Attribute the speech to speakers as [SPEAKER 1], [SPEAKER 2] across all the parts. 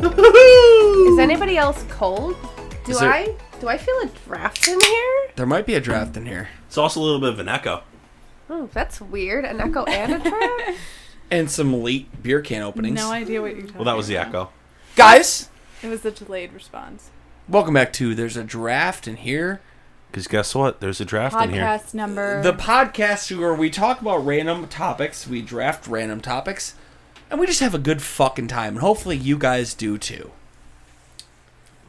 [SPEAKER 1] Is anybody else cold? Do
[SPEAKER 2] Is there-
[SPEAKER 1] I? Do I feel a draft in here?
[SPEAKER 2] There might be a draft in here.
[SPEAKER 3] It's also a little bit of an echo.
[SPEAKER 1] Oh, that's weird. An echo and a draft.
[SPEAKER 2] And some late beer can openings.
[SPEAKER 4] No idea what you're talking
[SPEAKER 3] Well, that was the
[SPEAKER 4] about.
[SPEAKER 3] echo.
[SPEAKER 2] Guys,
[SPEAKER 4] It was the delayed response.
[SPEAKER 2] welcome back to There's a Draft in Here.
[SPEAKER 3] Because guess what? There's a draft in here.
[SPEAKER 4] Podcast number.
[SPEAKER 2] The podcast where we talk about random topics, we draft random topics, and we just have a good fucking time. And hopefully you guys do too.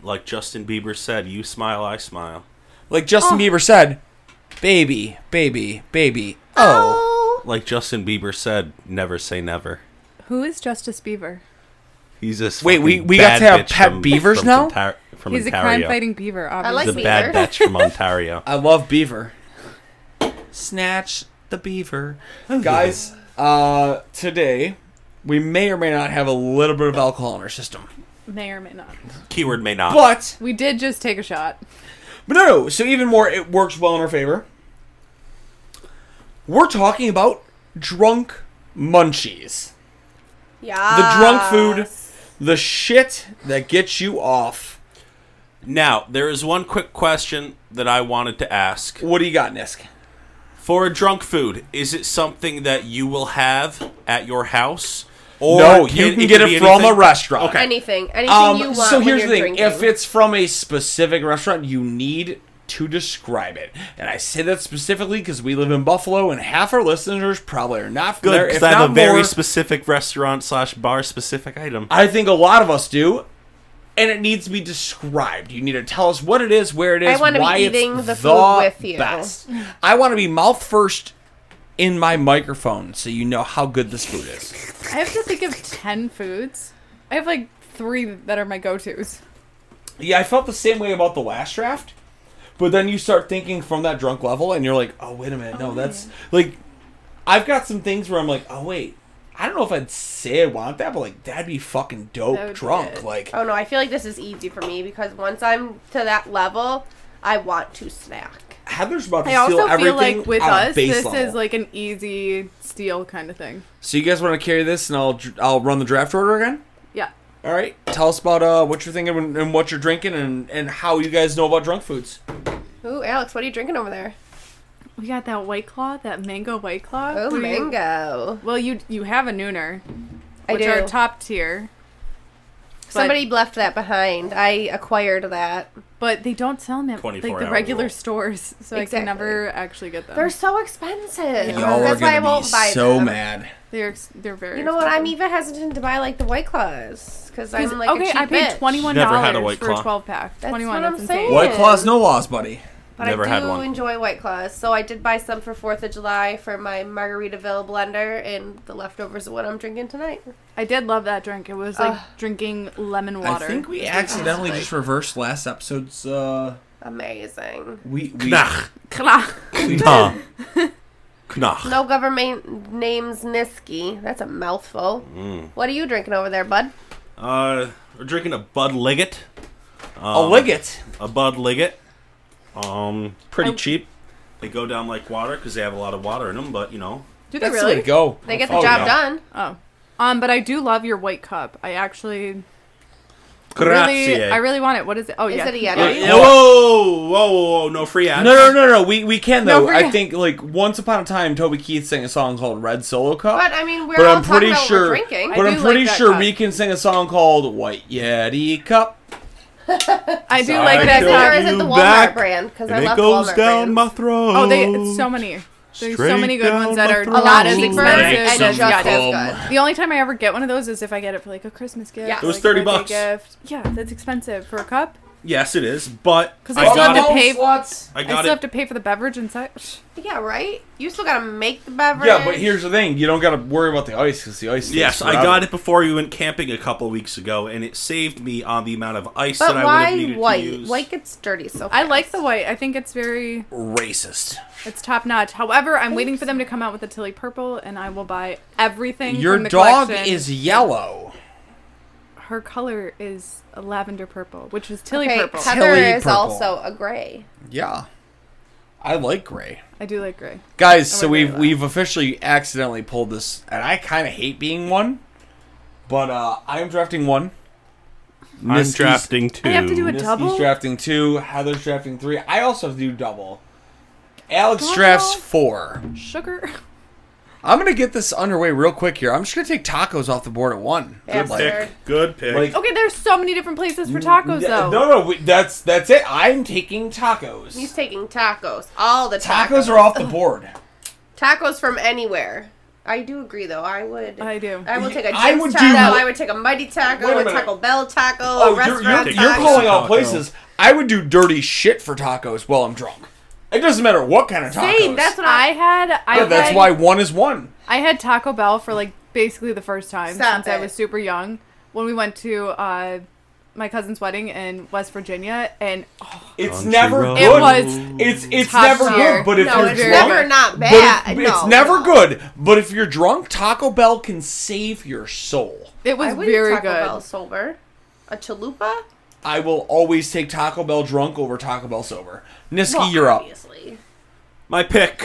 [SPEAKER 3] Like Justin Bieber said, you smile, I smile.
[SPEAKER 2] Like Justin Bieber said, baby, baby, baby. Oh.
[SPEAKER 1] Oh,
[SPEAKER 3] Like Justin Bieber said, never say never.
[SPEAKER 4] Who is Justice Beaver?
[SPEAKER 3] He's this.
[SPEAKER 2] Wait, we-
[SPEAKER 3] fucking
[SPEAKER 2] we got
[SPEAKER 3] bad
[SPEAKER 2] to have
[SPEAKER 3] bitch
[SPEAKER 2] pet
[SPEAKER 3] from-
[SPEAKER 2] beavers
[SPEAKER 3] from
[SPEAKER 2] now?
[SPEAKER 3] Ontar- from
[SPEAKER 4] He's a
[SPEAKER 3] Ontario.
[SPEAKER 4] crime-fighting beaver. Obviously.
[SPEAKER 1] like
[SPEAKER 3] The bad
[SPEAKER 1] Beaver.
[SPEAKER 3] bitch from Ontario.
[SPEAKER 2] I love Beaver. Snatch the Beaver. Guys, uh, today we may or may not have a little bit of alcohol in our system.
[SPEAKER 4] may or may not.
[SPEAKER 3] Keyword may not.
[SPEAKER 2] But
[SPEAKER 4] We did just take a shot.
[SPEAKER 2] But no, no, so even more, it works well in our favor. We're talking about drunk munchies.
[SPEAKER 1] yeah.
[SPEAKER 2] The
[SPEAKER 1] Ah,
[SPEAKER 2] drunk food, the shit that gets you off.
[SPEAKER 3] Now, there is one quick question that I wanted to ask.
[SPEAKER 2] What do you got, Nisk?
[SPEAKER 3] For a drunk food, is it something that you will have at your house? Or
[SPEAKER 2] no, you can get
[SPEAKER 3] be
[SPEAKER 2] it from a
[SPEAKER 3] anything?
[SPEAKER 2] restaurant.
[SPEAKER 3] Okay.
[SPEAKER 1] Anything. Anything you
[SPEAKER 2] Um,
[SPEAKER 1] want.
[SPEAKER 2] so here's
[SPEAKER 1] when
[SPEAKER 2] the
[SPEAKER 1] you're
[SPEAKER 2] thing:
[SPEAKER 1] Drinking.
[SPEAKER 2] if it's from a specific restaurant, you need to describe it, and I say that specifically because we live in Buffalo, and half our listeners probably are not from
[SPEAKER 3] Good,
[SPEAKER 2] there.
[SPEAKER 3] because
[SPEAKER 2] If
[SPEAKER 3] I have
[SPEAKER 2] not
[SPEAKER 3] a very
[SPEAKER 2] more,
[SPEAKER 3] specific restaurant slash bar specific item.
[SPEAKER 2] I think a lot of us do. And it needs to be described. You need to tell us what it is, where it is,
[SPEAKER 1] I wanna be
[SPEAKER 2] why it's
[SPEAKER 1] eating the
[SPEAKER 2] the
[SPEAKER 1] food with you.
[SPEAKER 2] best. I want to be mouth first in my microphone, so you know how good this food is.
[SPEAKER 4] I have to think of ten foods. I have like three that are my go-tos.
[SPEAKER 2] Yeah, I felt the same way about the last draft, but then you start thinking from that drunk level, and you're like, oh wait a minute, no, that's like, I've got some things where I'm like, oh wait, I don't know if I'd say I want that, but like that'd be fucking dope
[SPEAKER 4] That would be
[SPEAKER 2] drunk,
[SPEAKER 4] good.
[SPEAKER 2] like.
[SPEAKER 1] Oh no, I feel like this is easy for me because once I'm to that level, I want to snack.
[SPEAKER 2] Heather's about to
[SPEAKER 4] I
[SPEAKER 2] steal
[SPEAKER 4] also feel
[SPEAKER 2] everything
[SPEAKER 4] like with
[SPEAKER 2] on a
[SPEAKER 4] us,
[SPEAKER 2] base
[SPEAKER 4] this
[SPEAKER 2] level.
[SPEAKER 4] is like an easy steal kind of thing.
[SPEAKER 2] So you guys want to carry this, and I'll dr- I'll run the draft order again.
[SPEAKER 4] Yeah.
[SPEAKER 2] All right. Tell us about uh, what you're thinking and- and what you're drinking, and, and how you guys know about drunk foods.
[SPEAKER 1] Ooh, Alex, what are you drinking over there?
[SPEAKER 4] We got that white claw, that mango white claw.
[SPEAKER 1] Oh,
[SPEAKER 4] Were you-
[SPEAKER 1] mango.
[SPEAKER 4] Well, you you have a nooner,
[SPEAKER 1] I
[SPEAKER 4] which are
[SPEAKER 1] do.
[SPEAKER 4] top tier,
[SPEAKER 1] Somebody left that behind. I acquired that.
[SPEAKER 4] but they don't sell them at like
[SPEAKER 3] 24
[SPEAKER 4] the
[SPEAKER 3] hour
[SPEAKER 4] regular
[SPEAKER 3] rule.
[SPEAKER 4] stores, so I
[SPEAKER 1] Exactly.
[SPEAKER 4] can never actually get them.
[SPEAKER 1] They're so expensive.
[SPEAKER 2] Y'all are
[SPEAKER 1] That's why I
[SPEAKER 2] gonna be
[SPEAKER 1] won't buy
[SPEAKER 2] so
[SPEAKER 1] them.
[SPEAKER 2] mad.
[SPEAKER 4] They're ex- they're very.
[SPEAKER 1] You know what? I'm
[SPEAKER 4] expensive.
[SPEAKER 1] even hesitant to buy like the White Claws because
[SPEAKER 4] Because-
[SPEAKER 1] I'm like
[SPEAKER 4] okay,
[SPEAKER 1] a cheap
[SPEAKER 4] I paid
[SPEAKER 1] bitch.
[SPEAKER 4] twenty one
[SPEAKER 3] Never had a
[SPEAKER 4] dollars
[SPEAKER 3] White
[SPEAKER 4] for a
[SPEAKER 3] Claw.
[SPEAKER 4] twelve pack.
[SPEAKER 1] That's
[SPEAKER 4] Twenty
[SPEAKER 1] what
[SPEAKER 4] one.
[SPEAKER 1] I'm
[SPEAKER 4] That's insane.
[SPEAKER 1] saying. White Claws,
[SPEAKER 2] no laws, buddy.
[SPEAKER 1] But
[SPEAKER 3] Never
[SPEAKER 1] I do
[SPEAKER 3] had one.
[SPEAKER 1] enjoy White Claws, so I did buy some for Fourth of July for my Margaritaville blender, and the leftovers of what I'm drinking tonight.
[SPEAKER 4] I did love that drink. It was like drinking lemon water.
[SPEAKER 2] I think we accidentally just reversed last episode's. Uh,
[SPEAKER 1] Amazing.
[SPEAKER 2] we we
[SPEAKER 3] Knach.
[SPEAKER 4] Claw.
[SPEAKER 2] we-
[SPEAKER 3] Nah. Knach.
[SPEAKER 1] No government names Niski. That's a mouthful.
[SPEAKER 3] Mm.
[SPEAKER 1] What are you drinking over there, bud?
[SPEAKER 3] Uh, we're drinking a Bud Liggett.
[SPEAKER 2] a Liggett.
[SPEAKER 3] A Bud Liggett. Um, pretty
[SPEAKER 4] I-
[SPEAKER 3] cheap. They go down like water because they have a lot of water in them. But you know,
[SPEAKER 4] Do they
[SPEAKER 2] That's the way
[SPEAKER 4] really?
[SPEAKER 2] to go.
[SPEAKER 1] They get the
[SPEAKER 3] Oh,
[SPEAKER 1] job
[SPEAKER 3] yeah.
[SPEAKER 1] done.
[SPEAKER 4] Oh. Um, but I do love your white cup. I actually really,
[SPEAKER 3] Grazie.
[SPEAKER 4] I really want it. What is it? Oh
[SPEAKER 1] Is
[SPEAKER 4] yeah,
[SPEAKER 1] it a Yeti?
[SPEAKER 3] Uh, whoa, whoa, whoa, whoa! No free
[SPEAKER 2] No,
[SPEAKER 3] ads.
[SPEAKER 2] no, no, no. We we can
[SPEAKER 4] No,
[SPEAKER 2] though.
[SPEAKER 4] we're-
[SPEAKER 2] I think like once upon a time, Toby Keith sang a song called "Red Solo Cup."
[SPEAKER 1] But I mean, we're
[SPEAKER 2] but
[SPEAKER 1] all
[SPEAKER 2] I'm pretty
[SPEAKER 1] talking about
[SPEAKER 2] sure.
[SPEAKER 1] what we're drinking.
[SPEAKER 2] But
[SPEAKER 4] I
[SPEAKER 2] I'm
[SPEAKER 4] do
[SPEAKER 2] pretty
[SPEAKER 4] like that
[SPEAKER 2] sure
[SPEAKER 4] cup.
[SPEAKER 2] we can sing a song called "White Yeti Cup."
[SPEAKER 4] I do
[SPEAKER 3] Sorry,
[SPEAKER 4] like
[SPEAKER 1] Is
[SPEAKER 4] that
[SPEAKER 1] it or
[SPEAKER 4] cup.
[SPEAKER 1] is it the
[SPEAKER 3] You
[SPEAKER 1] Walmart
[SPEAKER 3] back,
[SPEAKER 1] brand? Because
[SPEAKER 3] And
[SPEAKER 1] I
[SPEAKER 3] it
[SPEAKER 1] love
[SPEAKER 3] goes
[SPEAKER 1] Walmart brands.
[SPEAKER 3] down my throat.
[SPEAKER 4] Oh, they Oh, it's so many. There's so many good ones that are
[SPEAKER 1] A lot
[SPEAKER 4] not as
[SPEAKER 1] cheaper
[SPEAKER 4] expensive
[SPEAKER 1] and
[SPEAKER 4] and
[SPEAKER 3] Some
[SPEAKER 4] just
[SPEAKER 1] just
[SPEAKER 4] as
[SPEAKER 3] cool.
[SPEAKER 1] as good.
[SPEAKER 4] The only time I ever get one of those is if I get it for like a Christmas gift.
[SPEAKER 1] Yeah. It was
[SPEAKER 4] like a
[SPEAKER 3] 30
[SPEAKER 4] birthday
[SPEAKER 3] bucks.
[SPEAKER 4] Gift. Yeah, that's expensive for a cup.
[SPEAKER 3] Yes, it is, but
[SPEAKER 4] 'Cause
[SPEAKER 3] I
[SPEAKER 4] it's
[SPEAKER 3] got
[SPEAKER 4] not
[SPEAKER 3] it.
[SPEAKER 4] the- pay-
[SPEAKER 2] Sluts.
[SPEAKER 3] I
[SPEAKER 4] I,
[SPEAKER 3] got
[SPEAKER 4] still have
[SPEAKER 3] it.
[SPEAKER 4] to pay for the beverage and such.
[SPEAKER 1] Yeah, right. You still gotta make the beverage.
[SPEAKER 2] Yeah, but here's the thing: you don't got to worry about the ice because the ice. stays
[SPEAKER 3] Yes, I
[SPEAKER 2] forever.
[SPEAKER 3] got it before we went camping a couple weeks ago, and it saved me on the amount of ice
[SPEAKER 1] But
[SPEAKER 3] that I would have
[SPEAKER 1] why
[SPEAKER 3] needed to
[SPEAKER 1] white?
[SPEAKER 3] use.
[SPEAKER 1] White gets dirty so.
[SPEAKER 4] I like
[SPEAKER 1] fast.
[SPEAKER 4] the white. I think it's very
[SPEAKER 3] racist.
[SPEAKER 4] it's top notch. However, I'm waiting for them to come out with the Tilly Purple, and I will buy everything.
[SPEAKER 2] Your
[SPEAKER 4] from the
[SPEAKER 2] dog
[SPEAKER 4] collection.
[SPEAKER 2] is yellow.
[SPEAKER 4] her color is a lavender purple, which is Tilly
[SPEAKER 1] Okay,
[SPEAKER 4] Purple.
[SPEAKER 1] Heather
[SPEAKER 2] Tilly
[SPEAKER 1] is
[SPEAKER 2] purple.
[SPEAKER 1] also a gray.
[SPEAKER 2] Yeah, I like gray.
[SPEAKER 4] I do like gray.
[SPEAKER 2] Guys, so
[SPEAKER 4] like
[SPEAKER 2] we've
[SPEAKER 4] gray a lot.
[SPEAKER 2] we've officially accidentally pulled this, and I kind of hate being one, but uh, I am drafting one.
[SPEAKER 3] I'm
[SPEAKER 2] Misty's-
[SPEAKER 3] drafting two.
[SPEAKER 4] I have to do a
[SPEAKER 2] Misty's
[SPEAKER 4] double.
[SPEAKER 2] drafting two. Heather's drafting three. I also have to do double. Alex
[SPEAKER 4] Double?
[SPEAKER 2] drafts four.
[SPEAKER 4] Sugar.
[SPEAKER 2] I'm gonna get this underway real quick here. I'm just gonna take tacos off the board at one.
[SPEAKER 1] Yeah,
[SPEAKER 2] Like-
[SPEAKER 1] sure.
[SPEAKER 3] Pick. Good pick.
[SPEAKER 2] Like-
[SPEAKER 4] Okay, there's so many different places for tacos though.
[SPEAKER 2] No, no, we, that's that's it. I'm taking tacos.
[SPEAKER 1] He's taking tacos. All the tacos.
[SPEAKER 2] tacos are off the board.
[SPEAKER 1] Tacos from anywhere. I do agree, though. I would.
[SPEAKER 4] I do.
[SPEAKER 1] I will take a
[SPEAKER 2] I
[SPEAKER 1] Jets
[SPEAKER 2] would
[SPEAKER 1] taco.
[SPEAKER 2] do-
[SPEAKER 1] I would take a Mighty Taco.
[SPEAKER 2] Wait a
[SPEAKER 1] a
[SPEAKER 2] minute.
[SPEAKER 1] Taco Bell taco.
[SPEAKER 2] Oh,
[SPEAKER 1] a
[SPEAKER 2] you're,
[SPEAKER 1] restaurant
[SPEAKER 2] you're,
[SPEAKER 3] taco.
[SPEAKER 2] you're
[SPEAKER 1] taco.
[SPEAKER 2] calling out
[SPEAKER 3] Taco.
[SPEAKER 2] places. I would do dirty shit for tacos while I'm drunk. It doesn't matter what kind of tacos.
[SPEAKER 1] Same. That's what I.
[SPEAKER 4] I had I
[SPEAKER 2] yeah, that's
[SPEAKER 4] had,
[SPEAKER 2] why one is one.
[SPEAKER 4] I had Taco Bell for like basically the first time
[SPEAKER 1] Stop
[SPEAKER 4] since
[SPEAKER 1] it.
[SPEAKER 4] I was super young when we went to uh, my cousin's wedding in West Virginia, and oh,
[SPEAKER 2] It's
[SPEAKER 3] Country
[SPEAKER 2] never
[SPEAKER 3] road.
[SPEAKER 2] good.
[SPEAKER 4] It was
[SPEAKER 2] It's it's
[SPEAKER 4] top
[SPEAKER 2] never
[SPEAKER 4] tier.
[SPEAKER 2] good. But if
[SPEAKER 1] No,
[SPEAKER 2] you're
[SPEAKER 1] it's
[SPEAKER 2] drunk,
[SPEAKER 1] never not
[SPEAKER 2] but
[SPEAKER 1] bad.
[SPEAKER 2] if- it's
[SPEAKER 1] No,
[SPEAKER 2] never
[SPEAKER 1] no.
[SPEAKER 2] good. But if you're drunk, Taco Bell can save your soul.
[SPEAKER 4] it was
[SPEAKER 1] I would
[SPEAKER 4] very
[SPEAKER 1] Taco Bell
[SPEAKER 4] good.
[SPEAKER 1] sober. A chalupa.
[SPEAKER 2] I will always take Taco Bell drunk over Taco Bell sober. Niski,
[SPEAKER 1] Well,
[SPEAKER 2] you're up.
[SPEAKER 1] Obviously.
[SPEAKER 3] My pick.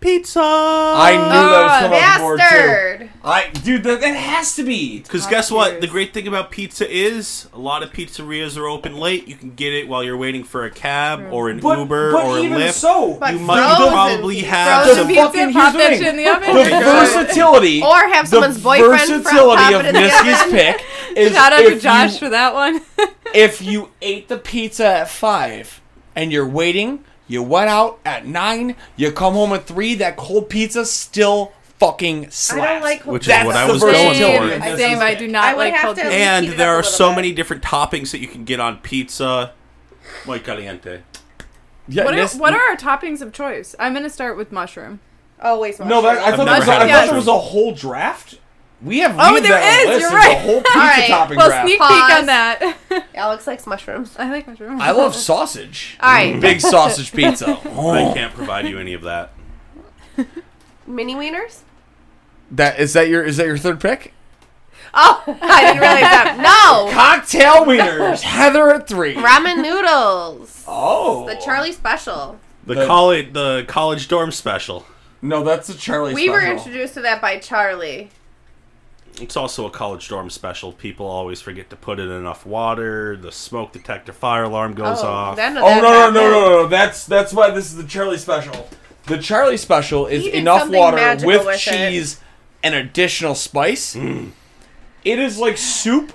[SPEAKER 3] Pizza.
[SPEAKER 2] I knew
[SPEAKER 4] Oh,
[SPEAKER 2] that was coming off the board too.
[SPEAKER 1] Bastard.
[SPEAKER 2] I dude, that, that has to be.
[SPEAKER 3] Because guess what?
[SPEAKER 4] Cheers.
[SPEAKER 3] The great thing about pizza is a lot of pizzerias are open late. You can get it while you're waiting for a cab or an
[SPEAKER 2] But,
[SPEAKER 3] Uber
[SPEAKER 2] but
[SPEAKER 3] or a
[SPEAKER 2] even
[SPEAKER 3] Lyft.
[SPEAKER 2] so,
[SPEAKER 1] But
[SPEAKER 3] you might
[SPEAKER 1] frozen
[SPEAKER 3] probably
[SPEAKER 1] pizza.
[SPEAKER 3] have
[SPEAKER 4] Frozen
[SPEAKER 3] some
[SPEAKER 4] pizza,
[SPEAKER 2] fucking-
[SPEAKER 4] pop
[SPEAKER 2] here's the
[SPEAKER 4] that
[SPEAKER 2] thing.
[SPEAKER 4] shit in the oven.
[SPEAKER 2] the
[SPEAKER 4] There you go.
[SPEAKER 2] versatility
[SPEAKER 1] Or have
[SPEAKER 2] the
[SPEAKER 1] someone's boyfriend from
[SPEAKER 2] versatility
[SPEAKER 1] Pop
[SPEAKER 2] of
[SPEAKER 1] It in the
[SPEAKER 2] Niski's
[SPEAKER 1] Oven.
[SPEAKER 2] pick is
[SPEAKER 4] Shout out
[SPEAKER 2] if
[SPEAKER 4] to Josh
[SPEAKER 2] you,
[SPEAKER 4] for that one.
[SPEAKER 2] if you ate the pizza at five and you're waiting you went out at nine you come home at three that cold pizza still fucking
[SPEAKER 1] I
[SPEAKER 2] slaps
[SPEAKER 1] don't like.
[SPEAKER 3] Which is
[SPEAKER 1] That's
[SPEAKER 3] what I
[SPEAKER 1] the
[SPEAKER 3] was
[SPEAKER 1] versatility
[SPEAKER 3] going
[SPEAKER 1] of
[SPEAKER 3] for.
[SPEAKER 1] Niski's
[SPEAKER 4] Same, same. I
[SPEAKER 1] pick.
[SPEAKER 4] do not
[SPEAKER 1] I would
[SPEAKER 4] like
[SPEAKER 1] have
[SPEAKER 4] cold
[SPEAKER 1] to
[SPEAKER 4] pizza.
[SPEAKER 3] And
[SPEAKER 1] heat it
[SPEAKER 3] there
[SPEAKER 1] up a
[SPEAKER 3] are
[SPEAKER 1] little
[SPEAKER 3] so
[SPEAKER 1] bit.
[SPEAKER 3] many different toppings that you can get on pizza. Muy caliente.
[SPEAKER 2] yeah,
[SPEAKER 4] what,
[SPEAKER 2] Nis-
[SPEAKER 4] are, what are our toppings of choice? I'm gonna start with mushroom.
[SPEAKER 1] Always.
[SPEAKER 2] no but i
[SPEAKER 3] I've
[SPEAKER 2] thought,
[SPEAKER 3] never
[SPEAKER 2] there was, a-
[SPEAKER 3] had
[SPEAKER 2] I
[SPEAKER 4] it.
[SPEAKER 2] thought there was a whole draft we have
[SPEAKER 4] Oh,
[SPEAKER 2] we have
[SPEAKER 4] there
[SPEAKER 2] that
[SPEAKER 4] is,
[SPEAKER 2] list
[SPEAKER 4] you're
[SPEAKER 2] as
[SPEAKER 4] right.
[SPEAKER 2] a whole pizza
[SPEAKER 1] All right,
[SPEAKER 2] topping
[SPEAKER 4] Well,
[SPEAKER 2] draft
[SPEAKER 4] sneak peek
[SPEAKER 1] Pause.
[SPEAKER 4] on that.
[SPEAKER 1] Alex likes mushrooms.
[SPEAKER 4] I like mushroom.
[SPEAKER 2] i love sausage
[SPEAKER 1] All right,
[SPEAKER 2] big sausage pizza
[SPEAKER 3] I
[SPEAKER 2] Oh.
[SPEAKER 3] can't provide you any of that.
[SPEAKER 1] mini wieners.
[SPEAKER 2] that is that your is that your third pick
[SPEAKER 1] Oh, I didn't realize that. No,
[SPEAKER 2] cocktail wieners heather at three
[SPEAKER 1] ramen noodles.
[SPEAKER 2] oh
[SPEAKER 1] The Charlie special.
[SPEAKER 3] The,
[SPEAKER 2] The-
[SPEAKER 3] college, the college dorm special.
[SPEAKER 2] No, that's a Charlie.
[SPEAKER 1] We were
[SPEAKER 2] special.
[SPEAKER 1] introduced to that by Charlie.
[SPEAKER 3] It's also a college dorm special. People always forget to put in enough water. The smoke detector fire alarm goes off.
[SPEAKER 1] then
[SPEAKER 2] Oh no
[SPEAKER 1] that
[SPEAKER 2] no no
[SPEAKER 1] happened.
[SPEAKER 2] no no! That's that's why this is the Charlie special. The Charlie special is
[SPEAKER 1] He did
[SPEAKER 2] enough
[SPEAKER 1] something
[SPEAKER 2] water
[SPEAKER 1] magical
[SPEAKER 2] with
[SPEAKER 1] with it.
[SPEAKER 2] cheese and additional spice. It is like soup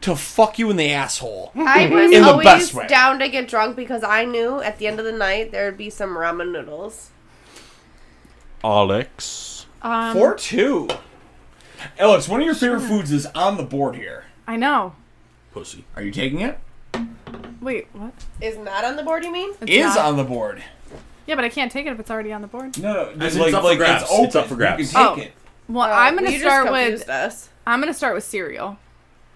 [SPEAKER 2] to fuck you in the asshole.
[SPEAKER 1] I was
[SPEAKER 2] In the
[SPEAKER 1] always
[SPEAKER 2] best way.
[SPEAKER 1] down to get drunk because I knew at the end of the night there would be some ramen noodles.
[SPEAKER 3] Alex.
[SPEAKER 4] Um,
[SPEAKER 2] Four two. Alex, one of your favorite
[SPEAKER 1] Hmm.
[SPEAKER 2] foods is on the board here.
[SPEAKER 4] I know.
[SPEAKER 3] Pussy.
[SPEAKER 2] Are you taking it?
[SPEAKER 4] Wait, what?
[SPEAKER 1] Is not on the board, you mean?
[SPEAKER 4] It's
[SPEAKER 2] Is
[SPEAKER 4] not-
[SPEAKER 2] on the board.
[SPEAKER 4] Yeah, but I can't take it if it's already on the board.
[SPEAKER 2] No, no,
[SPEAKER 3] It's up for grabs.
[SPEAKER 2] open.
[SPEAKER 3] It's up for grabs.
[SPEAKER 2] You can
[SPEAKER 4] Oh.
[SPEAKER 2] take it.
[SPEAKER 4] Well, I'm gonna
[SPEAKER 1] You just
[SPEAKER 4] start
[SPEAKER 1] confused
[SPEAKER 4] with
[SPEAKER 1] us.
[SPEAKER 4] I'm gonna start with cereal.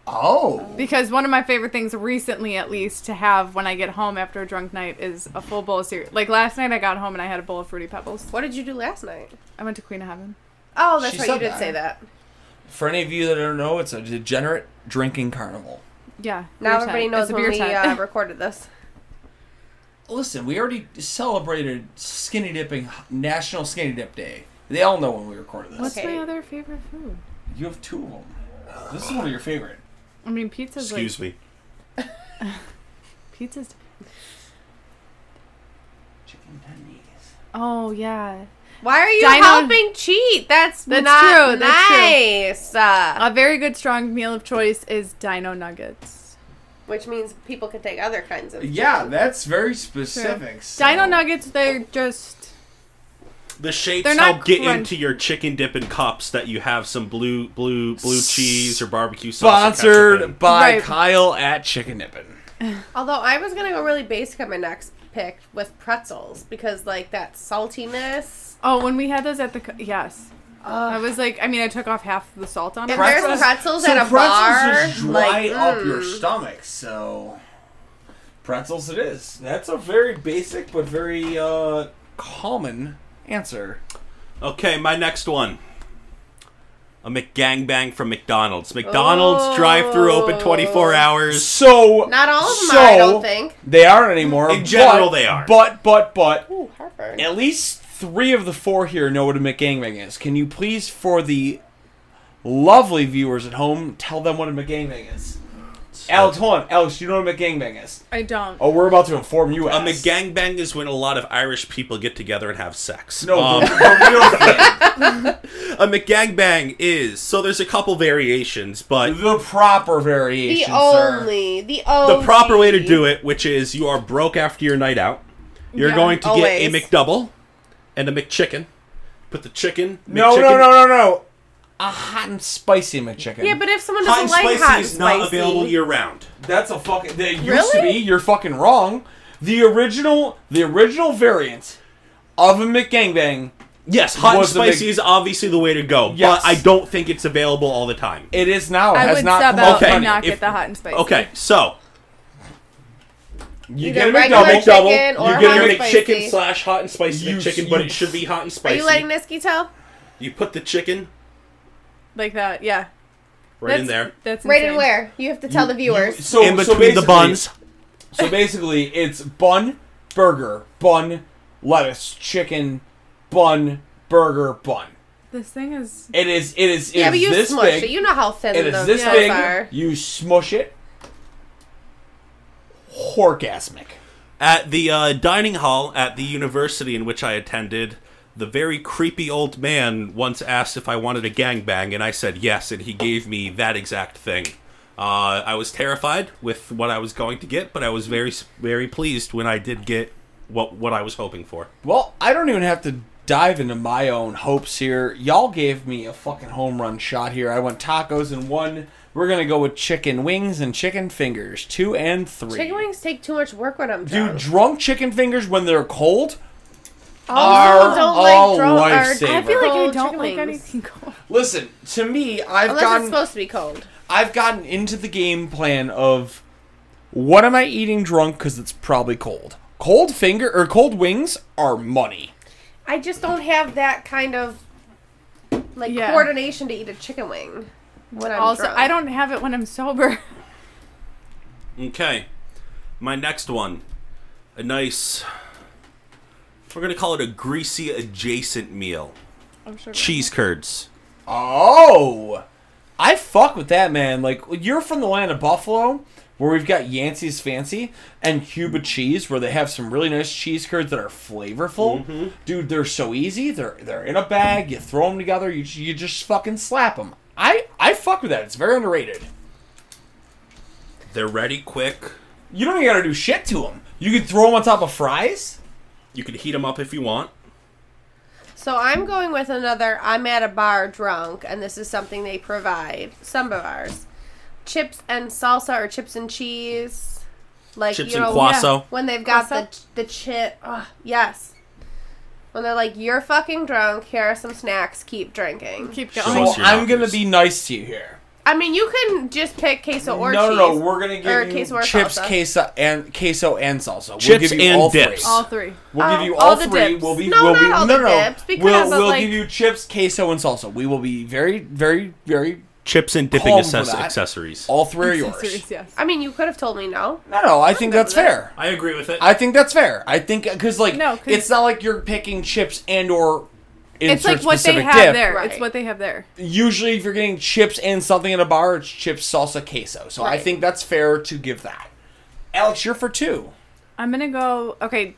[SPEAKER 2] Oh,
[SPEAKER 4] Because one of my favorite things recently, at least, to have when I get home after a drunk night is a full bowl of cereal. Like last night, I got home and I had a bowl of Fruity Pebbles.
[SPEAKER 1] What did you do last night?
[SPEAKER 4] I went to Queen of Heaven.
[SPEAKER 1] Oh, that's
[SPEAKER 2] She
[SPEAKER 1] right.
[SPEAKER 2] said
[SPEAKER 1] You did
[SPEAKER 2] that.
[SPEAKER 1] say that.
[SPEAKER 2] for any of you that don't know, it's a degenerate drinking carnival.
[SPEAKER 4] Yeah.
[SPEAKER 1] Now
[SPEAKER 4] beer tent.
[SPEAKER 1] everybody knows
[SPEAKER 4] It's a
[SPEAKER 1] when
[SPEAKER 4] beer
[SPEAKER 1] we uh,
[SPEAKER 4] tent.
[SPEAKER 1] recorded this.
[SPEAKER 2] Listen, we already celebrated skinny dipping National Skinny Dip Day. They all know when we recorded this.
[SPEAKER 4] What's
[SPEAKER 1] Okay.
[SPEAKER 4] my other favorite food?
[SPEAKER 2] You have two of them. This is one of your favorite.
[SPEAKER 4] I mean, pizza's
[SPEAKER 3] Excuse
[SPEAKER 4] like
[SPEAKER 3] me.
[SPEAKER 4] pizza's.
[SPEAKER 2] Chicken tendies.
[SPEAKER 4] Oh yeah.
[SPEAKER 1] Why are you
[SPEAKER 4] Dino-
[SPEAKER 1] helping cheat? That's,
[SPEAKER 4] That's
[SPEAKER 1] not
[SPEAKER 4] true, that's true.
[SPEAKER 1] nice. Uh,
[SPEAKER 4] A very good strong meal of choice is Dino Nuggets.
[SPEAKER 1] which means people can take other kinds of.
[SPEAKER 2] Yeah, that's very specific. so-
[SPEAKER 4] Dino Nuggets, they're just
[SPEAKER 3] The shapes
[SPEAKER 4] They're not
[SPEAKER 3] help get
[SPEAKER 4] crunch-
[SPEAKER 3] into your chicken dip and cups that you have some blue, blue, blue cheese or barbecue sauce. or ketchup in.
[SPEAKER 2] Sponsored by
[SPEAKER 4] Right.
[SPEAKER 2] Kyle at Chicken Nippin'.
[SPEAKER 1] Although I was gonna go really basic on my next pick with pretzels because like that saltiness.
[SPEAKER 4] Oh, when we had those at the co- yes, I was like, I mean, I took off half the salt on it.
[SPEAKER 1] If there's pretzels, at a bar,
[SPEAKER 2] pretzels just dry
[SPEAKER 1] like,
[SPEAKER 2] up
[SPEAKER 1] mm.
[SPEAKER 2] your stomach, so pretzels it is. That's a very basic but very uh, common answer.
[SPEAKER 3] Okay, my next one. A McGangbang from McDonald's. McDonald's
[SPEAKER 4] Oh.
[SPEAKER 3] drive-through open 24 hours.
[SPEAKER 2] So
[SPEAKER 1] Not all of them
[SPEAKER 2] so,
[SPEAKER 1] are, I don't think.
[SPEAKER 2] They aren't anymore.
[SPEAKER 3] In general,
[SPEAKER 2] but-
[SPEAKER 3] they are.
[SPEAKER 2] But but but
[SPEAKER 1] Ooh, heartburn.
[SPEAKER 2] at least three of the four here know what a McGangbang is. Can you please, for the lovely viewers at home, tell them what a McGangbang is? Alex, hold on. Alex, you know what a McGangbang is?
[SPEAKER 4] I don't.
[SPEAKER 2] Oh, we're about to inform you.
[SPEAKER 3] A McGangbang is when a lot of Irish people get together and have sex.
[SPEAKER 2] No,
[SPEAKER 3] Um,
[SPEAKER 2] the, the real thing.
[SPEAKER 3] a McGangbang is so there's a couple variations, but
[SPEAKER 2] The proper
[SPEAKER 1] the
[SPEAKER 2] variation, sir.
[SPEAKER 1] only, the only,
[SPEAKER 3] the proper way to do it, which is you are broke after your night out. You're
[SPEAKER 4] Yeah,
[SPEAKER 3] going to
[SPEAKER 1] always.
[SPEAKER 3] get a McDouble and a McChicken. Put the chicken.
[SPEAKER 2] No,
[SPEAKER 3] McChicken-
[SPEAKER 2] no, no, no, no. A hot and spicy McChicken.
[SPEAKER 1] Yeah, but if someone
[SPEAKER 3] Hot
[SPEAKER 1] doesn't
[SPEAKER 3] and
[SPEAKER 1] like
[SPEAKER 3] spicy
[SPEAKER 1] hot and
[SPEAKER 3] is not
[SPEAKER 1] spicy-
[SPEAKER 3] available year round.
[SPEAKER 2] that's a fucking. That used to
[SPEAKER 1] Really?
[SPEAKER 2] be. You're fucking wrong. The original, the original variant of a McGangbang.
[SPEAKER 3] Yes, hot and
[SPEAKER 2] Was the big-
[SPEAKER 3] spicy is obviously the way to go,
[SPEAKER 2] Yes.
[SPEAKER 3] but I don't think it's available all the time.
[SPEAKER 2] It is now. It
[SPEAKER 4] I
[SPEAKER 2] has
[SPEAKER 4] would
[SPEAKER 2] not
[SPEAKER 4] sub
[SPEAKER 2] come
[SPEAKER 4] out
[SPEAKER 3] Okay,
[SPEAKER 4] and not
[SPEAKER 3] if-
[SPEAKER 4] get the hot and spicy.
[SPEAKER 3] Okay, so
[SPEAKER 2] You
[SPEAKER 1] Either
[SPEAKER 2] get a
[SPEAKER 1] regular
[SPEAKER 2] McDouble.
[SPEAKER 1] chicken or
[SPEAKER 3] you get
[SPEAKER 1] hot
[SPEAKER 3] a
[SPEAKER 1] and spicy.
[SPEAKER 3] McChicken slash hot and spicy
[SPEAKER 2] You-
[SPEAKER 3] chicken, but
[SPEAKER 2] you-
[SPEAKER 3] it should be hot and
[SPEAKER 1] Are
[SPEAKER 3] spicy.
[SPEAKER 1] you letting Niski tell?
[SPEAKER 3] You put the chicken
[SPEAKER 4] like that. Yeah,
[SPEAKER 3] right in there,
[SPEAKER 4] That's
[SPEAKER 1] Right in
[SPEAKER 4] insane.
[SPEAKER 1] where you have to tell the viewers.
[SPEAKER 2] So
[SPEAKER 3] in
[SPEAKER 2] so
[SPEAKER 3] between the
[SPEAKER 2] basically-
[SPEAKER 3] buns.
[SPEAKER 2] So basically, it's bun, burger, bun, lettuce, chicken, bun, burger, bun.
[SPEAKER 4] This thing is.
[SPEAKER 2] It is. It is. It
[SPEAKER 1] yeah,
[SPEAKER 2] is
[SPEAKER 1] but you
[SPEAKER 2] this
[SPEAKER 1] smush
[SPEAKER 2] big.
[SPEAKER 1] it. You know how thin
[SPEAKER 2] It is
[SPEAKER 1] those
[SPEAKER 2] this
[SPEAKER 1] things
[SPEAKER 2] big.
[SPEAKER 1] are.
[SPEAKER 2] You smush it. Horgasmic.
[SPEAKER 3] At the uh, dining hall at the university in which I attended, the very creepy old man once asked if I wanted a gangbang, and I said yes, and he gave me that exact thing. Uh, I was terrified with what I was going to get, but I was very, very pleased when I did get what what I was hoping for.
[SPEAKER 2] Well, I don't even have to dive into my own hopes here. Y'all gave me a fucking home run shot here. I went tacos and one. We're gonna go with chicken wings and chicken fingers, two and three.
[SPEAKER 1] Chicken wings take too much work when I'm
[SPEAKER 2] Dude,
[SPEAKER 1] drunk.
[SPEAKER 2] drunk chicken fingers when they're cold
[SPEAKER 1] Oh, people
[SPEAKER 2] are
[SPEAKER 1] don't
[SPEAKER 2] a
[SPEAKER 1] like drunk- are- I
[SPEAKER 4] I
[SPEAKER 2] lifesaver.
[SPEAKER 4] feel like I
[SPEAKER 1] Cold
[SPEAKER 4] don't
[SPEAKER 1] chicken
[SPEAKER 4] like
[SPEAKER 1] wings.
[SPEAKER 4] anything cold.
[SPEAKER 2] Listen to me. I've
[SPEAKER 1] Unless
[SPEAKER 2] gotten
[SPEAKER 1] it's supposed to be cold.
[SPEAKER 2] I've gotten into the game plan of what am I eating drunk because it's probably cold. Cold finger or cold wings are money.
[SPEAKER 1] I just don't have that kind of like
[SPEAKER 4] Yeah.
[SPEAKER 1] coordination to eat a chicken wing when I'm
[SPEAKER 4] also,
[SPEAKER 1] drunk.
[SPEAKER 4] I don't have it when I'm sober.
[SPEAKER 3] Okay. My next one. A nice. We're going to call it a greasy adjacent meal.
[SPEAKER 4] I'm sure.
[SPEAKER 3] Cheese curds.
[SPEAKER 2] Oh, I fuck with that man. Like you're from the land of Buffalo, where we've got Yancey's Fancy and Cuba Cheese, where they have some really nice cheese curds that are flavorful. Dude, they're so easy. They're they're in a bag. You throw them together. You you just fucking slap them. I I fuck with that. It's very underrated.
[SPEAKER 3] They're ready quick.
[SPEAKER 2] You don't even gotta do shit to them. You can throw them on top of fries.
[SPEAKER 3] You can heat them up if you want.
[SPEAKER 1] So I'm going with another. I'm at a bar drunk, and this is something they provide. Some bars, chips and salsa, or chips and cheese, like
[SPEAKER 3] Chips
[SPEAKER 1] you
[SPEAKER 3] and
[SPEAKER 1] know
[SPEAKER 3] Quasso.
[SPEAKER 1] yeah, when they've got the
[SPEAKER 4] Quasso?
[SPEAKER 1] the chip. Oh, yes, when they're like, "You're fucking drunk. Here are some snacks. Keep drinking."
[SPEAKER 4] Keep
[SPEAKER 3] Sure.
[SPEAKER 4] going.
[SPEAKER 3] Once
[SPEAKER 2] So
[SPEAKER 3] you're
[SPEAKER 2] I'm
[SPEAKER 3] not
[SPEAKER 2] gonna
[SPEAKER 3] used.
[SPEAKER 2] be nice to you here.
[SPEAKER 1] I mean, you can just pick queso or
[SPEAKER 2] no,
[SPEAKER 1] cheese.
[SPEAKER 2] no, no. We're gonna
[SPEAKER 1] or
[SPEAKER 2] give you
[SPEAKER 1] queso or
[SPEAKER 2] chips,
[SPEAKER 1] salsa.
[SPEAKER 2] queso, and queso and salsa. we'll
[SPEAKER 3] Chips
[SPEAKER 2] give you
[SPEAKER 3] and
[SPEAKER 2] all three.
[SPEAKER 3] dips.
[SPEAKER 4] All three.
[SPEAKER 2] We'll
[SPEAKER 1] Oh,
[SPEAKER 2] give you
[SPEAKER 4] all
[SPEAKER 2] all,
[SPEAKER 4] the
[SPEAKER 2] three.
[SPEAKER 4] dips.
[SPEAKER 2] We'll be,
[SPEAKER 1] No,
[SPEAKER 2] we'll
[SPEAKER 1] not
[SPEAKER 2] be,
[SPEAKER 1] all
[SPEAKER 2] no,
[SPEAKER 1] the
[SPEAKER 2] no.
[SPEAKER 1] dips, because
[SPEAKER 2] we'll
[SPEAKER 1] of,
[SPEAKER 2] we'll
[SPEAKER 1] like-
[SPEAKER 2] give you chips, queso, and salsa. We will be very, very, very.
[SPEAKER 3] Chips and dipping
[SPEAKER 2] Calm for
[SPEAKER 3] access-
[SPEAKER 2] that.
[SPEAKER 3] accessories.
[SPEAKER 2] All three are yours.
[SPEAKER 4] Accessories, yes.
[SPEAKER 1] I mean, you could have told me no.
[SPEAKER 2] No, no. I think
[SPEAKER 1] good
[SPEAKER 2] that's
[SPEAKER 1] with that.
[SPEAKER 2] fair.
[SPEAKER 3] I agree with it.
[SPEAKER 2] I think that's fair. I think because like
[SPEAKER 4] No, 'cause-
[SPEAKER 2] it's not like you're picking chips and or.
[SPEAKER 4] It's like
[SPEAKER 2] insert
[SPEAKER 4] what they
[SPEAKER 2] specific
[SPEAKER 4] have
[SPEAKER 2] dip.
[SPEAKER 4] there.
[SPEAKER 1] Right.
[SPEAKER 4] It's what they have there.
[SPEAKER 2] Usually, if you're getting chips and something at a bar, it's chips, salsa, queso. So I
[SPEAKER 1] Right.
[SPEAKER 2] think that's fair to give that. Alex, you're for two.
[SPEAKER 4] I'm gonna go. Okay.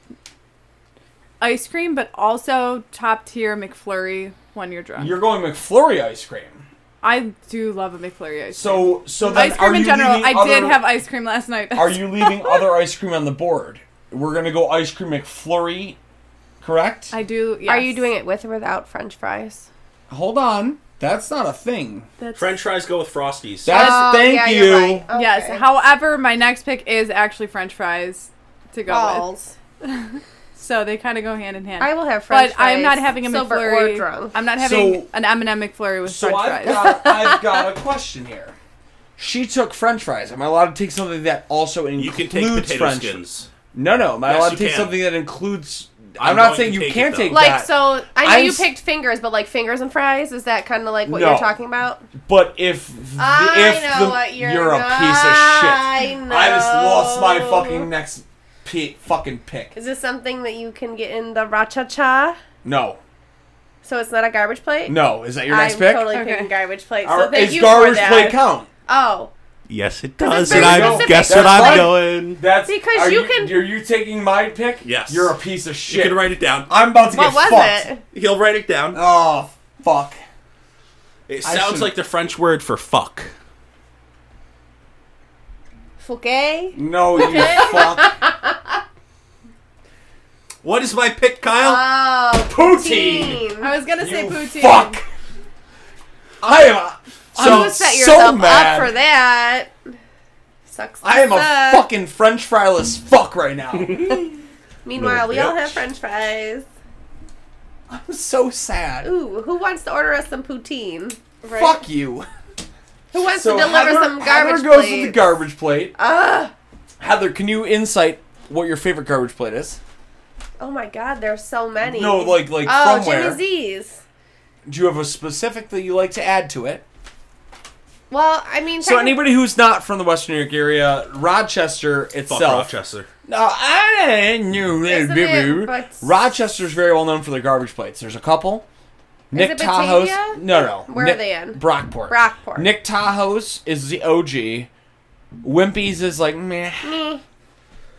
[SPEAKER 4] Ice cream, but also top tier McFlurry when you're drunk.
[SPEAKER 2] You're going McFlurry ice cream.
[SPEAKER 4] I do love a McFlurry ice
[SPEAKER 2] So,
[SPEAKER 4] cream.
[SPEAKER 2] so then
[SPEAKER 4] ice
[SPEAKER 2] are
[SPEAKER 4] cream in
[SPEAKER 2] you
[SPEAKER 4] general.
[SPEAKER 2] leaving
[SPEAKER 4] I did
[SPEAKER 2] other-
[SPEAKER 4] have ice cream last night.
[SPEAKER 2] Are you leaving other ice cream on the board? We're gonna go ice cream McFlurry, correct?
[SPEAKER 4] I do.
[SPEAKER 1] Are you
[SPEAKER 4] yes.
[SPEAKER 1] doing it with or without French fries?
[SPEAKER 2] Hold on. That's not a thing.
[SPEAKER 4] That's-
[SPEAKER 3] French fries go with frosties.
[SPEAKER 2] That's
[SPEAKER 4] Oh,
[SPEAKER 2] thank
[SPEAKER 1] Oh, yeah,
[SPEAKER 2] you.
[SPEAKER 1] you're right. Okay.
[SPEAKER 4] Yes. However, my next pick is actually French fries to go with.
[SPEAKER 1] balls.
[SPEAKER 4] So they kind of go hand in hand.
[SPEAKER 1] I will have French
[SPEAKER 4] but
[SPEAKER 1] fries.
[SPEAKER 4] I'm not having a
[SPEAKER 1] silver
[SPEAKER 4] McFlurry.
[SPEAKER 1] or drunk.
[SPEAKER 4] I'm not having
[SPEAKER 2] So-
[SPEAKER 4] an M&M McFlurry with
[SPEAKER 2] So
[SPEAKER 4] French
[SPEAKER 2] I've
[SPEAKER 4] fries.
[SPEAKER 2] got, I've got a question here. She took French fries. Am I allowed to take something that also includes
[SPEAKER 3] You can take potato
[SPEAKER 2] French?
[SPEAKER 3] skins.
[SPEAKER 2] No, no. Am I
[SPEAKER 3] Yes,
[SPEAKER 2] allowed
[SPEAKER 3] you
[SPEAKER 2] to take
[SPEAKER 3] can.
[SPEAKER 2] something that includes? I'm,
[SPEAKER 3] I'm
[SPEAKER 2] not
[SPEAKER 3] going
[SPEAKER 2] saying
[SPEAKER 3] to
[SPEAKER 2] you
[SPEAKER 3] take it,
[SPEAKER 2] can't
[SPEAKER 3] though.
[SPEAKER 2] take
[SPEAKER 1] like
[SPEAKER 2] that.
[SPEAKER 1] so. I know
[SPEAKER 2] I'm
[SPEAKER 1] you
[SPEAKER 2] s-
[SPEAKER 1] picked fingers, but like fingers and fries is that kind of like what
[SPEAKER 2] No.
[SPEAKER 1] you're talking about?
[SPEAKER 2] But if the,
[SPEAKER 1] I
[SPEAKER 2] if
[SPEAKER 1] know
[SPEAKER 2] the,
[SPEAKER 1] what you're-
[SPEAKER 2] a piece of
[SPEAKER 1] I
[SPEAKER 2] shit, I just
[SPEAKER 1] know.
[SPEAKER 2] lost my fucking next p- fucking pick.
[SPEAKER 1] Is this something that you can get in the ra cha cha?
[SPEAKER 2] No,
[SPEAKER 1] So it's not a garbage plate.
[SPEAKER 2] no. Is that your next
[SPEAKER 1] I'm
[SPEAKER 2] pick?
[SPEAKER 1] totally
[SPEAKER 4] Okay.
[SPEAKER 1] picking garbage plate.
[SPEAKER 2] Or
[SPEAKER 1] So thank
[SPEAKER 2] is
[SPEAKER 1] you for
[SPEAKER 2] garbage
[SPEAKER 1] that.
[SPEAKER 2] plate count?
[SPEAKER 1] Oh,
[SPEAKER 3] Yes, it
[SPEAKER 1] it's
[SPEAKER 3] does.
[SPEAKER 1] very
[SPEAKER 3] And I
[SPEAKER 1] specific.
[SPEAKER 3] guess what
[SPEAKER 2] That's
[SPEAKER 3] I'm
[SPEAKER 2] fine.
[SPEAKER 3] going.
[SPEAKER 2] That's
[SPEAKER 1] Because
[SPEAKER 2] are
[SPEAKER 1] you can-
[SPEAKER 2] Are you taking my pick?
[SPEAKER 3] Yes.
[SPEAKER 2] You're a piece of shit.
[SPEAKER 3] You can write it down.
[SPEAKER 2] I'm about to
[SPEAKER 1] what
[SPEAKER 2] get
[SPEAKER 1] was
[SPEAKER 2] fucked.
[SPEAKER 1] it?
[SPEAKER 3] He'll write it down.
[SPEAKER 2] Oh fuck.
[SPEAKER 3] It
[SPEAKER 2] I
[SPEAKER 3] sounds
[SPEAKER 2] should-
[SPEAKER 3] like the French word for fuck.
[SPEAKER 1] Fouquet.
[SPEAKER 2] No, you fuck.
[SPEAKER 3] What is my pick,
[SPEAKER 2] Uh,
[SPEAKER 3] Kyle?
[SPEAKER 1] Oh,
[SPEAKER 2] Poutine.
[SPEAKER 1] poutine.
[SPEAKER 4] I was gonna say
[SPEAKER 2] You
[SPEAKER 4] poutine.
[SPEAKER 2] fuck. I am.
[SPEAKER 1] Oh, You
[SPEAKER 2] I'm
[SPEAKER 1] set
[SPEAKER 2] so
[SPEAKER 1] yourself
[SPEAKER 2] mad.
[SPEAKER 1] up for that. Sucks. to
[SPEAKER 2] I am a
[SPEAKER 1] suck.
[SPEAKER 2] fucking French fryless fuck right now.
[SPEAKER 1] Meanwhile, we all
[SPEAKER 3] Yeah.
[SPEAKER 1] have French fries.
[SPEAKER 2] I'm so sad.
[SPEAKER 1] Ooh, who wants to order us some poutine? Right?
[SPEAKER 2] Fuck you.
[SPEAKER 1] Who wants
[SPEAKER 2] So
[SPEAKER 1] to deliver
[SPEAKER 2] Heather,
[SPEAKER 1] some garbage
[SPEAKER 2] Heather goes
[SPEAKER 1] plates? Ah.
[SPEAKER 2] with the garbage plate.
[SPEAKER 1] Ugh.
[SPEAKER 2] Heather, can you insight what your favorite garbage plate is?
[SPEAKER 1] Oh my God, there's so many.
[SPEAKER 2] No, like like
[SPEAKER 1] oh,
[SPEAKER 2] from where?
[SPEAKER 1] Jimmy Z's.
[SPEAKER 2] Do you have a specific that you like to add to it?
[SPEAKER 1] Well, I mean,
[SPEAKER 2] So
[SPEAKER 1] techni-
[SPEAKER 2] anybody who's not from the Western New York area, Rochester itself.
[SPEAKER 3] Fuck Rochester.
[SPEAKER 2] No, I didn't know that,
[SPEAKER 1] Isn't it,
[SPEAKER 2] baby.
[SPEAKER 1] but-
[SPEAKER 2] Rochester's very well known for their garbage plates. There's a couple. Nick
[SPEAKER 1] it
[SPEAKER 2] Tahoe's.
[SPEAKER 1] Batavia?
[SPEAKER 2] No, no.
[SPEAKER 1] Where are
[SPEAKER 2] Nick-
[SPEAKER 1] they in?
[SPEAKER 2] Brockport.
[SPEAKER 1] Brockport.
[SPEAKER 2] Nick Tahoe's is the OG. Wimpy's is like meh.
[SPEAKER 1] Meh.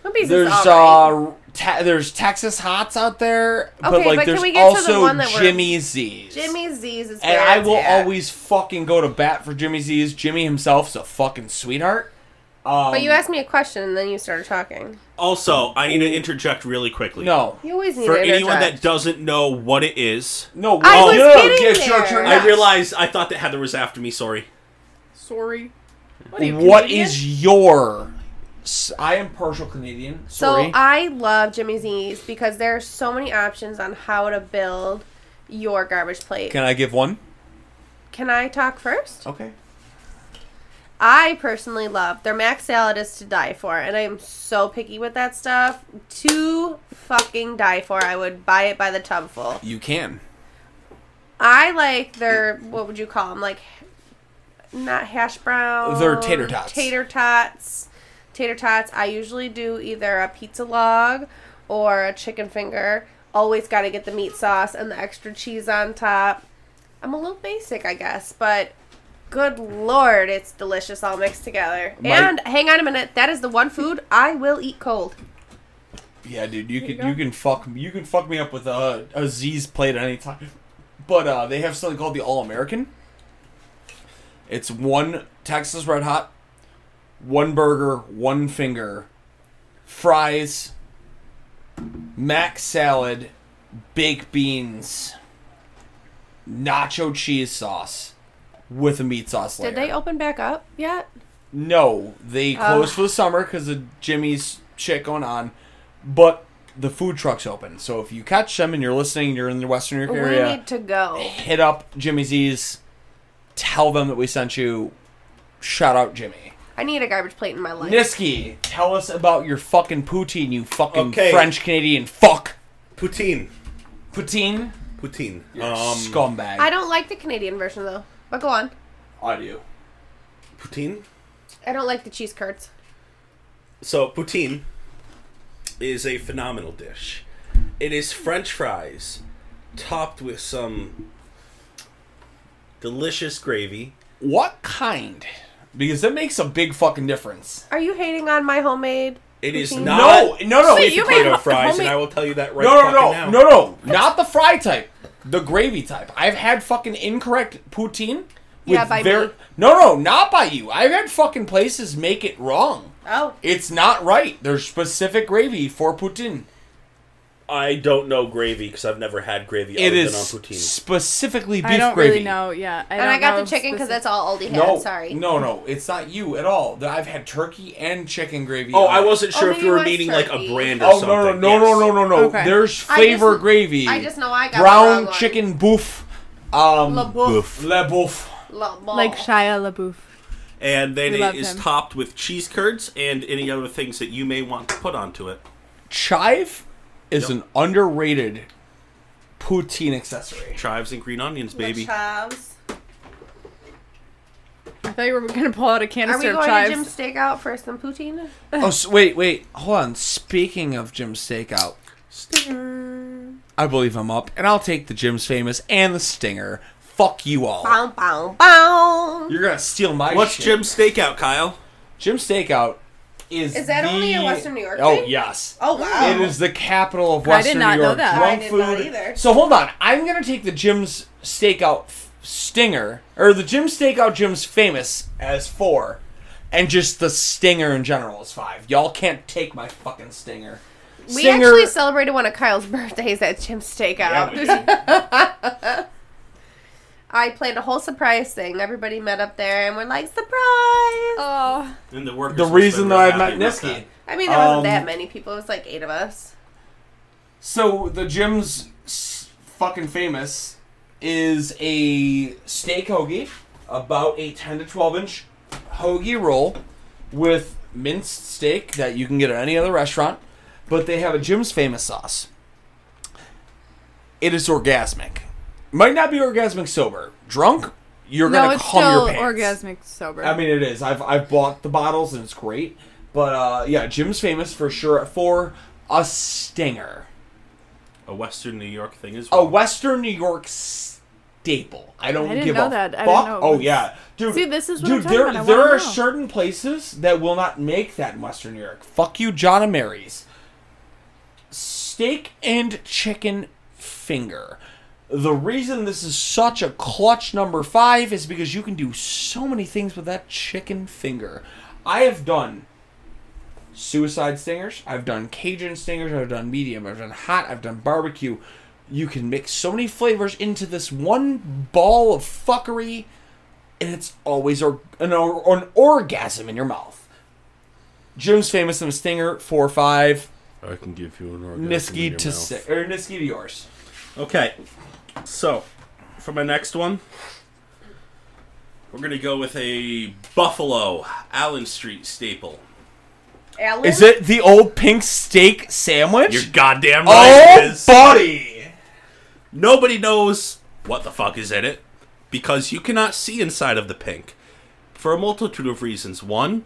[SPEAKER 1] Whoopies
[SPEAKER 2] There's
[SPEAKER 1] is all
[SPEAKER 2] uh,
[SPEAKER 1] right.
[SPEAKER 2] te- there's Texas Hots out there, but
[SPEAKER 1] Okay,
[SPEAKER 2] like
[SPEAKER 1] but can
[SPEAKER 2] there's
[SPEAKER 1] we get to the
[SPEAKER 2] also
[SPEAKER 1] one that we're-
[SPEAKER 2] Jimmy Z's.
[SPEAKER 1] Jimmy Z's is
[SPEAKER 2] and
[SPEAKER 1] where
[SPEAKER 2] I
[SPEAKER 1] it's
[SPEAKER 2] will
[SPEAKER 1] at.
[SPEAKER 2] always fucking go to bat for Jimmy Z's. Jimmy himself's a fucking sweetheart. Um,
[SPEAKER 1] But you asked me a question and then you started talking.
[SPEAKER 3] Also, I need to interject really quickly.
[SPEAKER 2] no,
[SPEAKER 1] You always need
[SPEAKER 3] For
[SPEAKER 1] to
[SPEAKER 3] anyone that
[SPEAKER 1] interject.
[SPEAKER 3] doesn't know what it is,
[SPEAKER 2] no.
[SPEAKER 1] I
[SPEAKER 2] no,
[SPEAKER 1] was
[SPEAKER 2] no,
[SPEAKER 1] getting
[SPEAKER 2] yeah, sure,
[SPEAKER 1] there.
[SPEAKER 2] sure,
[SPEAKER 3] I
[SPEAKER 2] yeah.
[SPEAKER 3] realized I thought that Heather was after me. Sorry.
[SPEAKER 4] Sorry.
[SPEAKER 2] What is your? s- I am partial Canadian. Sorry.
[SPEAKER 1] So I love Jimmy Z's because there are so many options on how to build your garbage plate.
[SPEAKER 2] Can I give one?
[SPEAKER 1] Can I talk first?
[SPEAKER 2] Okay.
[SPEAKER 1] I personally love their mac salad is to die for, and I am so picky with that stuff. To fucking die for, I would buy it by the tubful.
[SPEAKER 2] You can.
[SPEAKER 1] I like their what would you call them? Like not hash brown.
[SPEAKER 2] They're tater tots.
[SPEAKER 1] Tater tots. Tater tots. I usually do either a pizza log or a chicken finger. Always got to get the meat sauce and the extra cheese on top. I'm a little basic, I guess, but good lord, it's delicious all mixed together.
[SPEAKER 2] My-
[SPEAKER 1] and hang on a minute, that is the one food I will eat cold.
[SPEAKER 2] Yeah, dude, you
[SPEAKER 4] you
[SPEAKER 2] can
[SPEAKER 4] go.
[SPEAKER 2] you can fuck you can fuck me up with a a Z's plate at any time. But uh, they have something called the All American. It's one Texas Red Hot, one burger, one finger, fries, mac salad, baked beans, nacho cheese sauce with a meat sauce layer.
[SPEAKER 1] Did they open back up yet?
[SPEAKER 2] No, they
[SPEAKER 1] Oh.
[SPEAKER 2] closed for the summer because of Jimmy's shit going on. But the food truck's open, so if you catch them and you're listening, you're in the Western New York
[SPEAKER 1] We
[SPEAKER 2] area,
[SPEAKER 1] need to go.
[SPEAKER 2] hit up Jimmy Z's, tell them that we sent you. Shout out Jimmy
[SPEAKER 1] I need a garbage plate in my life.
[SPEAKER 2] Niski. Tell us about your fucking poutine, you fucking
[SPEAKER 3] Okay.
[SPEAKER 2] French Canadian fuck
[SPEAKER 3] Poutine.
[SPEAKER 2] poutine
[SPEAKER 3] Poutine. um,
[SPEAKER 2] scumbag.
[SPEAKER 1] I don't like the Canadian version though. But go on.
[SPEAKER 2] I do.
[SPEAKER 3] poutine.
[SPEAKER 1] I don't like the cheese curds.
[SPEAKER 3] So poutine is a phenomenal dish. It is French fries topped with some delicious gravy.
[SPEAKER 2] What kind? Because that makes a big fucking difference.
[SPEAKER 1] Are you hating on my homemade?
[SPEAKER 3] It is
[SPEAKER 1] Poutine?
[SPEAKER 3] not
[SPEAKER 2] no, no, no.
[SPEAKER 4] Wait,
[SPEAKER 2] it's
[SPEAKER 4] you
[SPEAKER 2] a
[SPEAKER 4] made
[SPEAKER 3] potato
[SPEAKER 4] ho-
[SPEAKER 3] fries,
[SPEAKER 4] homemade-
[SPEAKER 3] and I will tell you that right
[SPEAKER 2] No, no,
[SPEAKER 3] fucking
[SPEAKER 2] no,
[SPEAKER 3] now.
[SPEAKER 2] no, no, not the fry type, the gravy type. I've had fucking incorrect poutine.
[SPEAKER 1] Yeah, by me.
[SPEAKER 2] No, no, not by you. I've had fucking places make it wrong.
[SPEAKER 1] Oh.
[SPEAKER 2] It's not right. There's specific gravy for poutine.
[SPEAKER 5] I don't know gravy because I've never had gravy
[SPEAKER 2] It
[SPEAKER 5] other
[SPEAKER 2] is
[SPEAKER 5] than on poutine.
[SPEAKER 2] specifically beef
[SPEAKER 4] I don't
[SPEAKER 2] gravy.
[SPEAKER 4] really know. Yeah, I
[SPEAKER 1] and
[SPEAKER 4] don't
[SPEAKER 1] I got
[SPEAKER 4] know
[SPEAKER 1] the chicken because
[SPEAKER 4] specific-
[SPEAKER 1] that's all Aldi had.
[SPEAKER 2] No,
[SPEAKER 1] Sorry.
[SPEAKER 2] no, no, it's not you at all. The- I've had turkey and chicken gravy.
[SPEAKER 5] Oh,
[SPEAKER 2] on
[SPEAKER 5] I
[SPEAKER 2] it.
[SPEAKER 5] wasn't
[SPEAKER 1] Oh,
[SPEAKER 5] sure if
[SPEAKER 1] maybe
[SPEAKER 5] you
[SPEAKER 1] it
[SPEAKER 5] were
[SPEAKER 1] was
[SPEAKER 5] meaning like
[SPEAKER 1] turkey.
[SPEAKER 5] a brand or
[SPEAKER 2] Oh
[SPEAKER 5] something.
[SPEAKER 2] no no no
[SPEAKER 5] yes.
[SPEAKER 2] no no no no!
[SPEAKER 4] Okay.
[SPEAKER 2] There's
[SPEAKER 1] I just-
[SPEAKER 2] flavor gravy.
[SPEAKER 1] I just know I got the wrong
[SPEAKER 2] brown
[SPEAKER 1] one.
[SPEAKER 2] chicken bouffe. Um,
[SPEAKER 1] Le boeuf.
[SPEAKER 2] Le boeuf.
[SPEAKER 1] Le boeuf.
[SPEAKER 4] like Shia LaBeouf.
[SPEAKER 3] and then
[SPEAKER 4] We
[SPEAKER 3] it
[SPEAKER 4] love
[SPEAKER 3] is
[SPEAKER 4] him.
[SPEAKER 3] topped with cheese curds and any other things that you may want to put onto it.
[SPEAKER 2] Chive is
[SPEAKER 3] Yep.
[SPEAKER 2] an underrated poutine accessory.
[SPEAKER 3] Chives and green onions,
[SPEAKER 1] Le
[SPEAKER 3] baby.
[SPEAKER 1] chives.
[SPEAKER 4] I thought you were gonna pull out a
[SPEAKER 1] Are we
[SPEAKER 4] canister of
[SPEAKER 1] going to Jim's
[SPEAKER 4] chives.
[SPEAKER 1] Steakout for some poutine?
[SPEAKER 2] oh, s wait, wait, hold on. Speaking of Jim's Steakout, I believe I'm up, and I'll take the Jim's Famous and the Stinger. Fuck you all.
[SPEAKER 1] Bow, bow, bow.
[SPEAKER 2] You're gonna steal my.
[SPEAKER 3] What's
[SPEAKER 2] shit.
[SPEAKER 3] Jim's Steakout, Kyle?
[SPEAKER 2] Jim's Steakout is
[SPEAKER 1] Is that
[SPEAKER 2] the-
[SPEAKER 1] only a Western New York
[SPEAKER 2] Oh
[SPEAKER 1] thing?
[SPEAKER 2] yes.
[SPEAKER 1] Oh, wow.
[SPEAKER 2] It is the capital of
[SPEAKER 4] I did
[SPEAKER 2] Western
[SPEAKER 4] not
[SPEAKER 2] New
[SPEAKER 4] know
[SPEAKER 2] York.
[SPEAKER 4] that.
[SPEAKER 2] Drunk
[SPEAKER 1] I did
[SPEAKER 2] food.
[SPEAKER 1] not either.
[SPEAKER 2] So hold on. I'm gonna take the Jim's Steakout f- Stinger or the Jim's Steakout Jim's Famous as four, and just the Stinger in general is five. Y'all can't take my fucking Stinger.
[SPEAKER 1] We
[SPEAKER 2] Stinger-
[SPEAKER 1] actually celebrated one of Kyle's birthdays at Jim's Steakout. I planned a whole surprise thing. Everybody met up there and we're like, surprise!
[SPEAKER 4] Oh,
[SPEAKER 3] And the workers
[SPEAKER 2] the
[SPEAKER 3] must've been
[SPEAKER 2] reason
[SPEAKER 3] real
[SPEAKER 2] that I
[SPEAKER 3] happy
[SPEAKER 2] met
[SPEAKER 3] about
[SPEAKER 2] Niski.
[SPEAKER 3] that.
[SPEAKER 1] I mean, there wasn't
[SPEAKER 2] Um,
[SPEAKER 1] that many people. It was like eight of us.
[SPEAKER 2] So the Jim's s- fucking famous is a steak hoagie, about a ten to twelve inch hoagie roll with minced steak that you can get at any other restaurant, but they have a Jim's famous sauce. It is orgasmic. Might not be orgasmic sober. Drunk, you're
[SPEAKER 4] no,
[SPEAKER 2] gonna
[SPEAKER 4] it's
[SPEAKER 2] cum
[SPEAKER 4] still
[SPEAKER 2] your pants.
[SPEAKER 4] orgasmic sober.
[SPEAKER 2] I mean, it is. I've I've bought the bottles and it's great. But uh, yeah, Jim's famous for sure for a stinger
[SPEAKER 3] A Western New York thing as well.
[SPEAKER 2] a Western New York staple. I don't
[SPEAKER 4] I didn't
[SPEAKER 2] give
[SPEAKER 4] know
[SPEAKER 2] a
[SPEAKER 4] that. I
[SPEAKER 2] fuck.
[SPEAKER 4] didn't know it
[SPEAKER 2] Oh
[SPEAKER 4] was-
[SPEAKER 2] yeah, dude.
[SPEAKER 4] See, this is what
[SPEAKER 2] dude.
[SPEAKER 4] I'm talking
[SPEAKER 2] there
[SPEAKER 4] about. I
[SPEAKER 2] there
[SPEAKER 4] wanna
[SPEAKER 2] are
[SPEAKER 4] know.
[SPEAKER 2] certain places that will not make that in Western New York. Fuck you, John and Mary's. Steak and chicken finger. The reason this is such a clutch number five is because you can do so many things with that chicken finger. I have done suicide stingers. I've done Cajun stingers. I've done medium. I've done hot. I've done barbecue. You can mix so many flavors into this one ball of fuckery, and it's always or- an, or- an orgasm in your mouth. Jim's famous and stinger four five.
[SPEAKER 3] I can give you an orgasm. in
[SPEAKER 2] Niski
[SPEAKER 3] your
[SPEAKER 2] to
[SPEAKER 3] mouth.
[SPEAKER 2] six or Niski to yours.
[SPEAKER 3] Okay, so for my next one, we're gonna go with a Buffalo Allen Street staple.
[SPEAKER 1] Alan?
[SPEAKER 2] Is it the old pink steak sandwich?
[SPEAKER 3] You're goddamn right. it
[SPEAKER 2] oh,
[SPEAKER 3] is.
[SPEAKER 2] buddy.
[SPEAKER 3] Nobody knows what the fuck is in it because you cannot see inside of the pink for a multitude of reasons. One,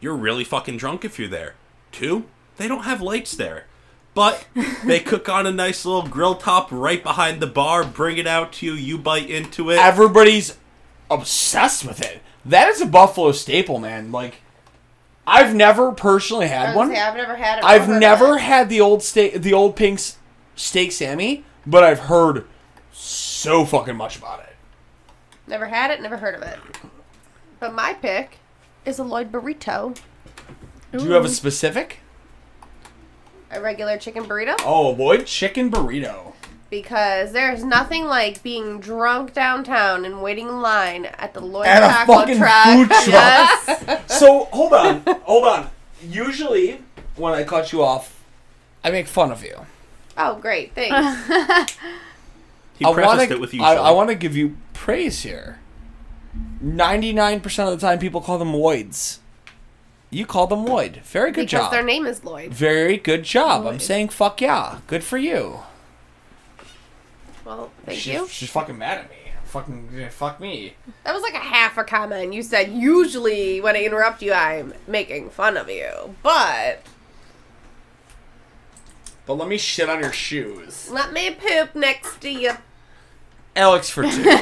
[SPEAKER 3] you're really fucking drunk if you're there. Two, they don't have lights there. But they cook on a nice little grill top right behind the bar, bring it out to you, you bite into it.
[SPEAKER 2] everybody's obsessed with it. That is a Buffalo staple, man. Like, I've never personally
[SPEAKER 1] I
[SPEAKER 2] had
[SPEAKER 1] was gonna
[SPEAKER 2] one.
[SPEAKER 1] say, I've never had it.
[SPEAKER 2] I've
[SPEAKER 1] I've
[SPEAKER 2] never
[SPEAKER 1] had
[SPEAKER 2] had the old steak, the old Pink's steak Sammy, but I've heard so fucking much about it.
[SPEAKER 1] it. Never had it, never heard of it. But my pick is a Lloyd burrito,
[SPEAKER 2] Do you have a specific?
[SPEAKER 1] a regular chicken burrito.
[SPEAKER 2] Oh, Lloyd chicken burrito.
[SPEAKER 1] because there's nothing like being drunk downtown and waiting in line at the Lloyd
[SPEAKER 2] At a
[SPEAKER 1] Taco
[SPEAKER 2] fucking
[SPEAKER 1] truck.
[SPEAKER 2] food truck.
[SPEAKER 1] Yes.
[SPEAKER 2] So hold on, hold on. Usually, when I cut you off, I make fun of you.
[SPEAKER 1] oh, great. Thanks.
[SPEAKER 3] he
[SPEAKER 2] I
[SPEAKER 3] prefaced
[SPEAKER 2] want
[SPEAKER 3] it with
[SPEAKER 2] to.
[SPEAKER 3] you.
[SPEAKER 2] I,
[SPEAKER 3] Sean.
[SPEAKER 2] I want to give you praise here. Ninety-nine percent of the time, people call them Lloyds. You call them Lloyd. Very good
[SPEAKER 1] because
[SPEAKER 2] job.
[SPEAKER 1] their name is Lloyd.
[SPEAKER 2] Very good job. I'm saying fuck yeah. Good for you.
[SPEAKER 1] Well, thank
[SPEAKER 2] she's,
[SPEAKER 1] you.
[SPEAKER 2] She's fucking mad at me. Fucking yeah, fuck me.
[SPEAKER 1] That was like a half a comment. You said, usually when I interrupt you, I'm making fun of you. But
[SPEAKER 2] But let me shit on your shoes.
[SPEAKER 1] let me poop next to you.
[SPEAKER 2] Alex for two.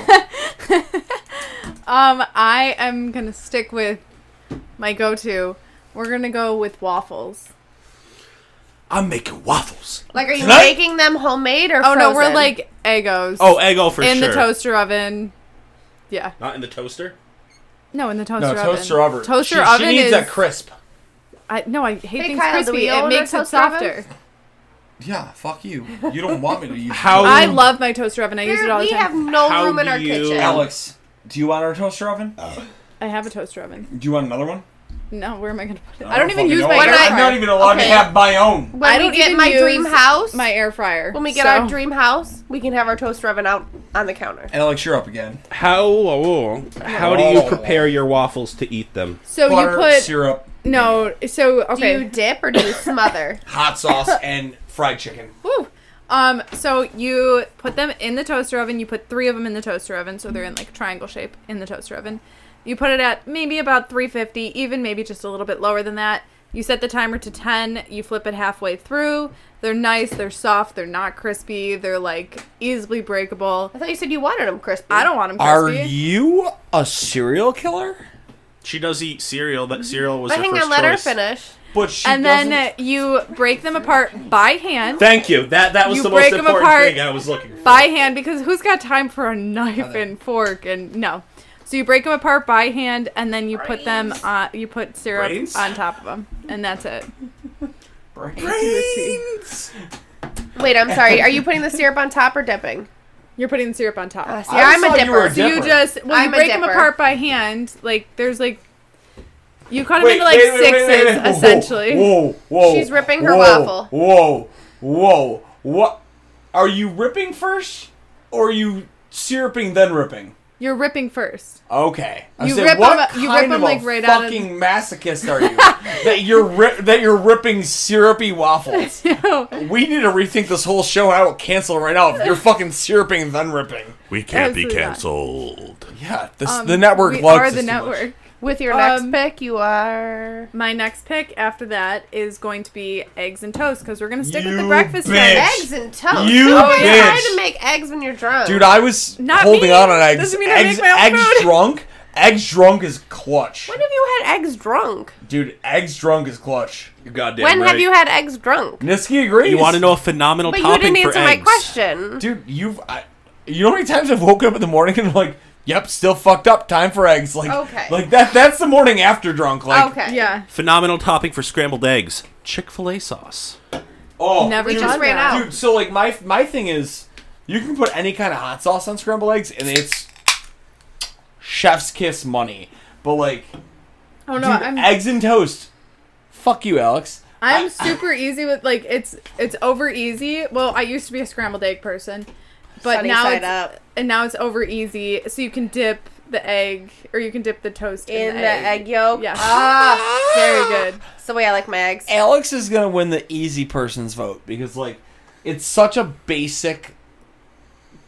[SPEAKER 4] Um, I am gonna stick with my go-to. We're gonna go with waffles.
[SPEAKER 3] I'm making waffles.
[SPEAKER 1] Like, are you
[SPEAKER 2] Tonight?
[SPEAKER 1] making them homemade or
[SPEAKER 4] Oh no, we're
[SPEAKER 1] frozen?
[SPEAKER 4] like egos.
[SPEAKER 3] Oh, Eggo for
[SPEAKER 4] in
[SPEAKER 3] sure.
[SPEAKER 4] the toaster oven. Yeah,
[SPEAKER 3] Not in the toaster.
[SPEAKER 4] no, in the toaster
[SPEAKER 2] no,
[SPEAKER 4] oven.
[SPEAKER 2] toaster oven.
[SPEAKER 4] Toaster
[SPEAKER 2] she,
[SPEAKER 4] oven
[SPEAKER 2] She needs
[SPEAKER 4] is.
[SPEAKER 2] that crisp.
[SPEAKER 4] I, no, I hate
[SPEAKER 1] Hey,
[SPEAKER 4] things
[SPEAKER 1] Kyle, do
[SPEAKER 4] crispy.
[SPEAKER 1] we own
[SPEAKER 4] It
[SPEAKER 1] a
[SPEAKER 4] makes it
[SPEAKER 1] toaster oven?
[SPEAKER 4] softer.
[SPEAKER 2] Yeah, fuck you. You don't want me to use
[SPEAKER 6] How-
[SPEAKER 2] it.
[SPEAKER 4] I love my toaster oven. I use it all
[SPEAKER 1] we
[SPEAKER 4] the time.
[SPEAKER 1] have no
[SPEAKER 3] How
[SPEAKER 1] room in
[SPEAKER 3] do
[SPEAKER 1] our
[SPEAKER 3] you-
[SPEAKER 1] kitchen.
[SPEAKER 2] Alex, do you want our toaster oven?
[SPEAKER 4] I have a toaster oven.
[SPEAKER 2] Do you want another one?
[SPEAKER 4] No, where am I gonna put it?
[SPEAKER 2] I
[SPEAKER 4] I don't,
[SPEAKER 2] don't
[SPEAKER 4] even
[SPEAKER 2] fucking
[SPEAKER 4] use
[SPEAKER 2] know.
[SPEAKER 4] my
[SPEAKER 1] When
[SPEAKER 4] air
[SPEAKER 1] I-
[SPEAKER 4] fryer.
[SPEAKER 2] I'm not even allowed
[SPEAKER 1] Okay.
[SPEAKER 2] to have my own.
[SPEAKER 1] when
[SPEAKER 4] I
[SPEAKER 1] we
[SPEAKER 4] don't
[SPEAKER 1] get
[SPEAKER 4] even
[SPEAKER 1] my
[SPEAKER 4] use
[SPEAKER 1] dream house,
[SPEAKER 4] my air fryer.
[SPEAKER 1] when we get
[SPEAKER 4] so-
[SPEAKER 1] our dream house, we can have our toaster oven out on the counter.
[SPEAKER 2] Alex, you're up again.
[SPEAKER 3] How oh, how do you prepare your waffles to eat them?
[SPEAKER 4] So
[SPEAKER 2] Butter,
[SPEAKER 4] Oh, you put
[SPEAKER 2] syrup,
[SPEAKER 4] no. So okay.
[SPEAKER 1] Do you dip or do you smother?
[SPEAKER 2] hot sauce, and fried chicken.
[SPEAKER 4] Woo. Um, so you put them in the toaster oven. You put three of them in the toaster oven, so they're in like triangle shape in the toaster oven. You put it at maybe about 350, even maybe just a little bit lower than that. You set the timer to 10. You flip it halfway through. They're nice. They're soft. They're not crispy. They're like easily breakable.
[SPEAKER 1] I thought you said you wanted them crispy.
[SPEAKER 4] I don't want them
[SPEAKER 2] Are
[SPEAKER 4] crispy.
[SPEAKER 2] you a serial killer?
[SPEAKER 3] She does eat cereal. That cereal was
[SPEAKER 1] But
[SPEAKER 3] her
[SPEAKER 1] hang
[SPEAKER 3] first
[SPEAKER 1] on, let her
[SPEAKER 3] choice.
[SPEAKER 1] finish. uh,
[SPEAKER 2] But she
[SPEAKER 4] and
[SPEAKER 2] doesn't.
[SPEAKER 4] then you break them apart by hand.
[SPEAKER 3] Thank you. That that was
[SPEAKER 4] You
[SPEAKER 3] the
[SPEAKER 4] break
[SPEAKER 3] most
[SPEAKER 4] 'em
[SPEAKER 3] important
[SPEAKER 4] apart
[SPEAKER 3] thing I was looking for.
[SPEAKER 4] by hand because who's got time for a knife and fork and no so you break them apart by hand and then you put them on you put syrup
[SPEAKER 3] Brains?
[SPEAKER 4] on top of them and that's it
[SPEAKER 1] Wait, I'm sorry. Are you putting the syrup on top or dipping?
[SPEAKER 4] you're putting the syrup on top
[SPEAKER 1] Uh, see,
[SPEAKER 2] I
[SPEAKER 1] I'm a
[SPEAKER 2] thought
[SPEAKER 1] dipper.
[SPEAKER 2] you were a
[SPEAKER 4] so you
[SPEAKER 2] dipper.
[SPEAKER 4] just well,
[SPEAKER 1] I'm
[SPEAKER 4] you
[SPEAKER 1] a
[SPEAKER 4] break them
[SPEAKER 1] dipper.
[SPEAKER 4] apart by hand like there's like you cut them
[SPEAKER 2] Wait,
[SPEAKER 4] into like
[SPEAKER 2] wait, wait, wait,
[SPEAKER 4] sixes
[SPEAKER 2] wait, wait, whoa,
[SPEAKER 4] essentially
[SPEAKER 2] Whoa, whoa.
[SPEAKER 1] She's ripping her
[SPEAKER 2] whoa,
[SPEAKER 1] waffle.
[SPEAKER 2] Whoa, whoa. What? Are you ripping first, or are you syruping then ripping?
[SPEAKER 4] you're ripping first
[SPEAKER 2] Okay. I
[SPEAKER 4] You
[SPEAKER 2] said,
[SPEAKER 4] rip
[SPEAKER 2] what
[SPEAKER 4] 'em- you
[SPEAKER 2] kind
[SPEAKER 4] rip 'em,
[SPEAKER 2] of
[SPEAKER 4] like,
[SPEAKER 2] a
[SPEAKER 4] right out of-
[SPEAKER 2] fucking masochist are you that you're ri- that you're ripping syrupy waffles? we need to rethink this whole show. I will cancel right now. If you're fucking syruping and then ripping.
[SPEAKER 3] We can't be
[SPEAKER 4] Absolutely not.
[SPEAKER 3] canceled.
[SPEAKER 2] Yeah, this,
[SPEAKER 4] Um,
[SPEAKER 2] the network
[SPEAKER 4] we
[SPEAKER 2] loves
[SPEAKER 4] are
[SPEAKER 2] us
[SPEAKER 4] the
[SPEAKER 2] too much.
[SPEAKER 4] network
[SPEAKER 1] With your next
[SPEAKER 4] Um,
[SPEAKER 1] pick, you are
[SPEAKER 4] my next pick after that is going to be eggs and toast because we're gonna stick with the
[SPEAKER 2] You
[SPEAKER 4] breakfast
[SPEAKER 2] bitch.
[SPEAKER 4] toast.
[SPEAKER 1] eggs and toast. Oh,
[SPEAKER 2] You
[SPEAKER 1] Who has
[SPEAKER 2] bitch.
[SPEAKER 1] time to make eggs when you're drunk?
[SPEAKER 2] Dude, I was
[SPEAKER 4] Not
[SPEAKER 2] holding
[SPEAKER 4] me.
[SPEAKER 2] on on eggs.
[SPEAKER 4] Doesn't mean I make
[SPEAKER 2] eggs,
[SPEAKER 4] my own
[SPEAKER 2] eggs
[SPEAKER 4] food.
[SPEAKER 2] drunk. Eggs drunk is clutch.
[SPEAKER 1] when have you had eggs drunk?
[SPEAKER 2] Dude, eggs drunk is clutch.
[SPEAKER 3] You're goddamn
[SPEAKER 1] when
[SPEAKER 3] right.
[SPEAKER 1] have you had eggs drunk?
[SPEAKER 2] Niski agrees.
[SPEAKER 3] You want to know a phenomenal
[SPEAKER 1] But you
[SPEAKER 3] topping
[SPEAKER 1] didn't
[SPEAKER 3] for
[SPEAKER 1] answer my
[SPEAKER 3] eggs?
[SPEAKER 1] question.
[SPEAKER 2] dude? You've I, you know how many times I've woken up in the morning and like, yep, still fucked up. Time for eggs. Like,
[SPEAKER 1] Okay.
[SPEAKER 2] like that. That's the morning after drunk. Like,
[SPEAKER 1] okay.
[SPEAKER 4] yeah
[SPEAKER 3] Phenomenal topping for scrambled eggs. Chick Fil A sauce.
[SPEAKER 2] Oh,
[SPEAKER 4] Never
[SPEAKER 1] We
[SPEAKER 4] thought
[SPEAKER 1] just
[SPEAKER 4] of
[SPEAKER 1] ran
[SPEAKER 4] that.
[SPEAKER 1] out.
[SPEAKER 2] dude. So like, my my thing is, you can put any kind of hot sauce on scrambled eggs, and it's chef's kiss money. But like,
[SPEAKER 4] Oh no,
[SPEAKER 2] dude,
[SPEAKER 4] I'm
[SPEAKER 2] eggs and toast. Fuck you, Alex.
[SPEAKER 4] I'm super easy with like it's it's over easy. Well, I used to be a scrambled egg person, but
[SPEAKER 1] Sunny
[SPEAKER 4] now
[SPEAKER 1] side
[SPEAKER 4] it's
[SPEAKER 1] up.
[SPEAKER 4] and now it's over easy. So you can dip the egg or you can dip the toast in,
[SPEAKER 1] In the egg yolk.
[SPEAKER 4] Yeah.
[SPEAKER 1] Ah,
[SPEAKER 4] Very good.
[SPEAKER 1] it's the way I like my eggs.
[SPEAKER 2] Alex is gonna win the easy person's vote because like it's such a basic